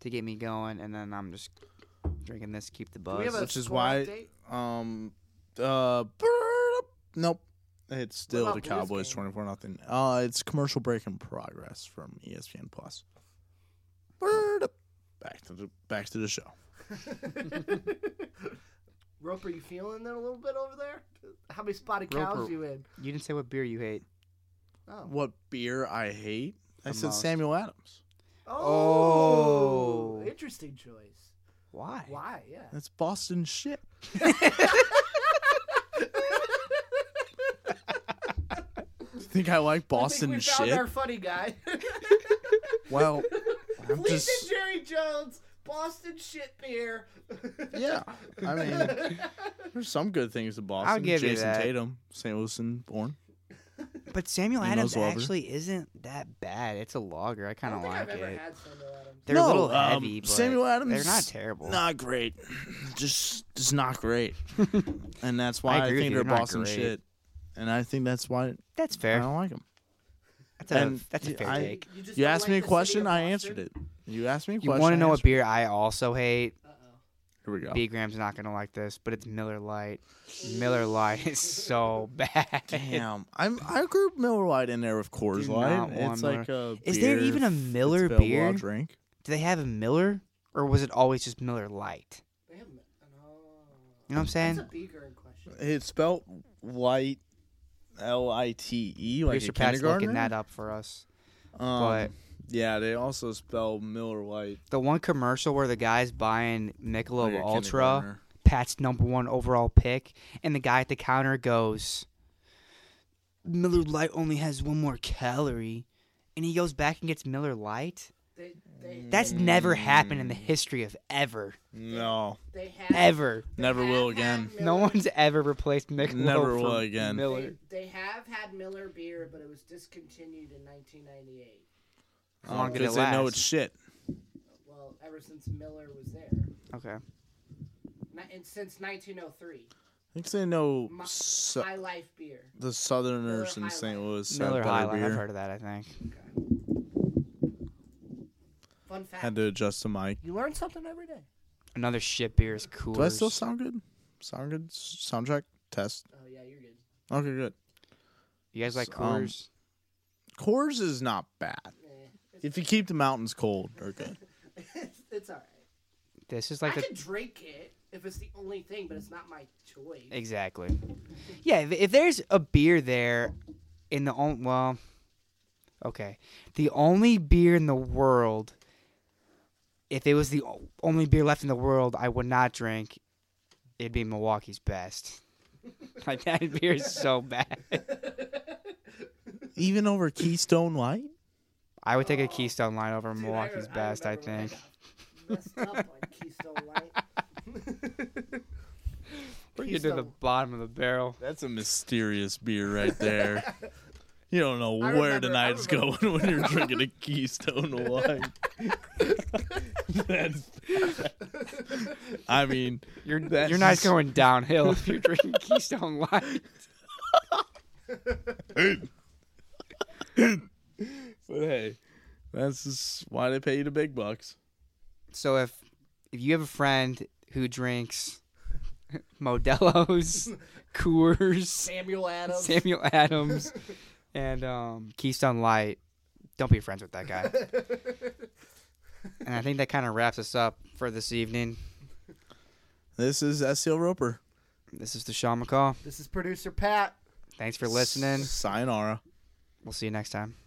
S2: to get me going, and then I'm just drinking this, keep the
S3: Do we have
S2: buzz.
S3: a
S1: Which is
S3: score
S1: why-
S3: update?
S1: Um, uh, brrrr, nope. It's still
S3: about
S1: the
S3: Blues
S1: Cowboys
S3: game?
S1: twenty four nothing. Uh, it's commercial break in progress from E ESPN Plus. Brrrr, Back to the back to the show.
S3: Roper, you feeling it a little bit over there? How many spotted cows
S2: Roper.
S3: you in?
S2: you didn't say what beer you hate.
S3: Oh.
S1: What beer I hate? I
S2: The
S1: said
S2: most.
S1: Samuel Adams.
S3: Oh,
S2: Oh.
S3: interesting choice.
S2: Why?
S3: Why? Yeah.
S1: That's Boston shit. You think I like Boston
S3: I think we
S1: shit?
S3: found our funny guy.
S1: Well, I'm
S3: We
S1: just
S3: said Jerry Jones, Boston shit beer.
S1: yeah. I mean, there's some good things in Boston.
S2: give you
S1: Jason
S2: that.
S1: Tatum, St. Louis born.
S2: But Samuel
S1: He knows
S2: Adams
S1: lager.
S2: actually isn't that bad. It's a lager. I
S3: I
S2: kind of
S3: don't think
S2: like
S3: I've ever
S2: it.
S3: had Samuel Adams.
S2: They're
S1: No,
S2: a little
S1: um,
S2: heavy, but
S1: Samuel Adams-
S2: they're not terrible.
S1: Not great. Just just not great. and that's why I,
S2: agree with
S1: think
S2: you,
S1: they're
S2: they're not
S1: Boston
S2: great.
S1: shit. And I think that's why
S2: That's
S1: I
S2: fair.
S1: don't like them.
S2: That's a,
S1: and
S2: that's a fair
S1: I-
S2: take.
S3: You, just
S1: You
S3: don't
S1: asked
S3: like
S1: me a
S3: the city
S1: question,
S3: of
S1: I
S3: Boston?
S1: answered it. You asked me a
S2: You
S1: question.
S2: want to
S1: I
S2: know what
S1: answered
S2: beer I also hate?
S3: Uh-oh.
S1: it. Here we go.
S2: B Graham's not gonna like this, but it's Miller Lite. Miller Lite is so bad.
S1: Damn, I'm I grew Miller Lite in there with Coors
S2: Do
S1: Light.
S2: not
S1: It's
S2: want
S1: like a
S2: Is there
S1: beer
S2: even a
S1: f- it's
S2: Miller
S1: available
S2: beer?
S1: I'll drink?
S2: Do they have a Miller, or was it always just Miller Light?
S3: They have no.
S2: You know what I'm
S3: That's
S2: saying?
S3: a beaker in question.
S1: It's spelled light, L I T E, like
S2: Producer
S1: a
S2: Pat's
S1: kindergartner.
S2: looking that up for us.
S1: Um,
S2: but
S1: yeah, they also spell Miller Lite.
S2: the one commercial where the guy's buying Michelob
S1: like Oh, a
S2: Ultra,
S1: kindergartner.
S2: Pat's number one overall pick, and the guy at the counter goes, "Miller Lite only has one more calorie," and he goes back and gets Miller Lite.
S3: They, they,
S2: That's never happened in the
S1: Mm.
S2: history of ever,
S1: No,
S3: they have,
S2: ever.
S3: they
S1: never
S3: have
S1: will
S3: had
S1: again.
S3: Miller-
S2: No one's ever replaced Michelob.
S1: Never will
S2: for
S1: again.
S2: Miller.
S3: They, they have had Miller beer, but it was discontinued in 1998.
S2: How long did it
S1: because they know
S2: last?
S1: it's shit.
S3: Well, ever since Miller was there,
S2: Okay.
S3: Ni- and since 1903,
S1: I think they know
S3: My-
S1: su-
S3: High Life beer.
S1: the Southerners
S3: Miller
S1: in
S3: High
S1: St.
S3: Life.
S1: Louis had
S2: Miller
S1: better
S2: High Life. I've
S1: beer.
S2: heard of that. I think.
S3: Fun fact.
S1: Had to adjust the mic.
S3: You learn something every day.
S2: Another shit beer is cool.
S1: Do I still sound good? Sound good? S- Soundtrack test.
S3: Oh yeah, you're good.
S1: Okay, good.
S2: You guys like
S1: Um,
S2: Coors?
S1: Coors is not bad.
S3: Eh, it's,
S1: If you keep the mountains cold, they're good.
S3: it's, it's all right.
S2: this is like
S3: I
S2: the
S3: can drink it if it's the only thing, but it's not my choice.
S2: exactly. Yeah, if, if there's a beer there, in the only well, okay, the only beer in the world. If it was the o- only beer left in the world, I would not drink. It'd be Milwaukee's best. like that beer is so bad.
S1: Even over Keystone Light?
S2: I would take a Keystone Line over
S3: Dude, I re-
S2: Milwaukee's best. I
S3: remember when
S2: think.
S3: got Messed up on Keystone Light.
S2: Bring it to the
S3: Keystone.
S2: bottom of the barrel.
S1: That's a mysterious beer right there. You don't know
S3: I
S1: where
S3: remember-
S1: the
S3: I
S1: night's
S3: remember.
S1: going when you're drinking a Keystone Light. That's, I mean,
S2: You're
S1: That's
S2: you're not
S1: just-
S2: going downhill if you're drinking Keystone Light.
S1: but hey, that's just why they pay you the big bucks.
S2: So if if you have a friend who drinks Modelo's, Coors,
S3: Samuel Adams.
S2: Samuel Adams, and um, Keystone Light. Don't be friends with that guy. and I think that kind of wraps us up for this evening.
S1: This is SEAL Roper.
S2: This is Deshaun McCall.
S3: This is producer Pat.
S2: Thanks for listening.
S1: Sayonara.
S2: We'll see you next time.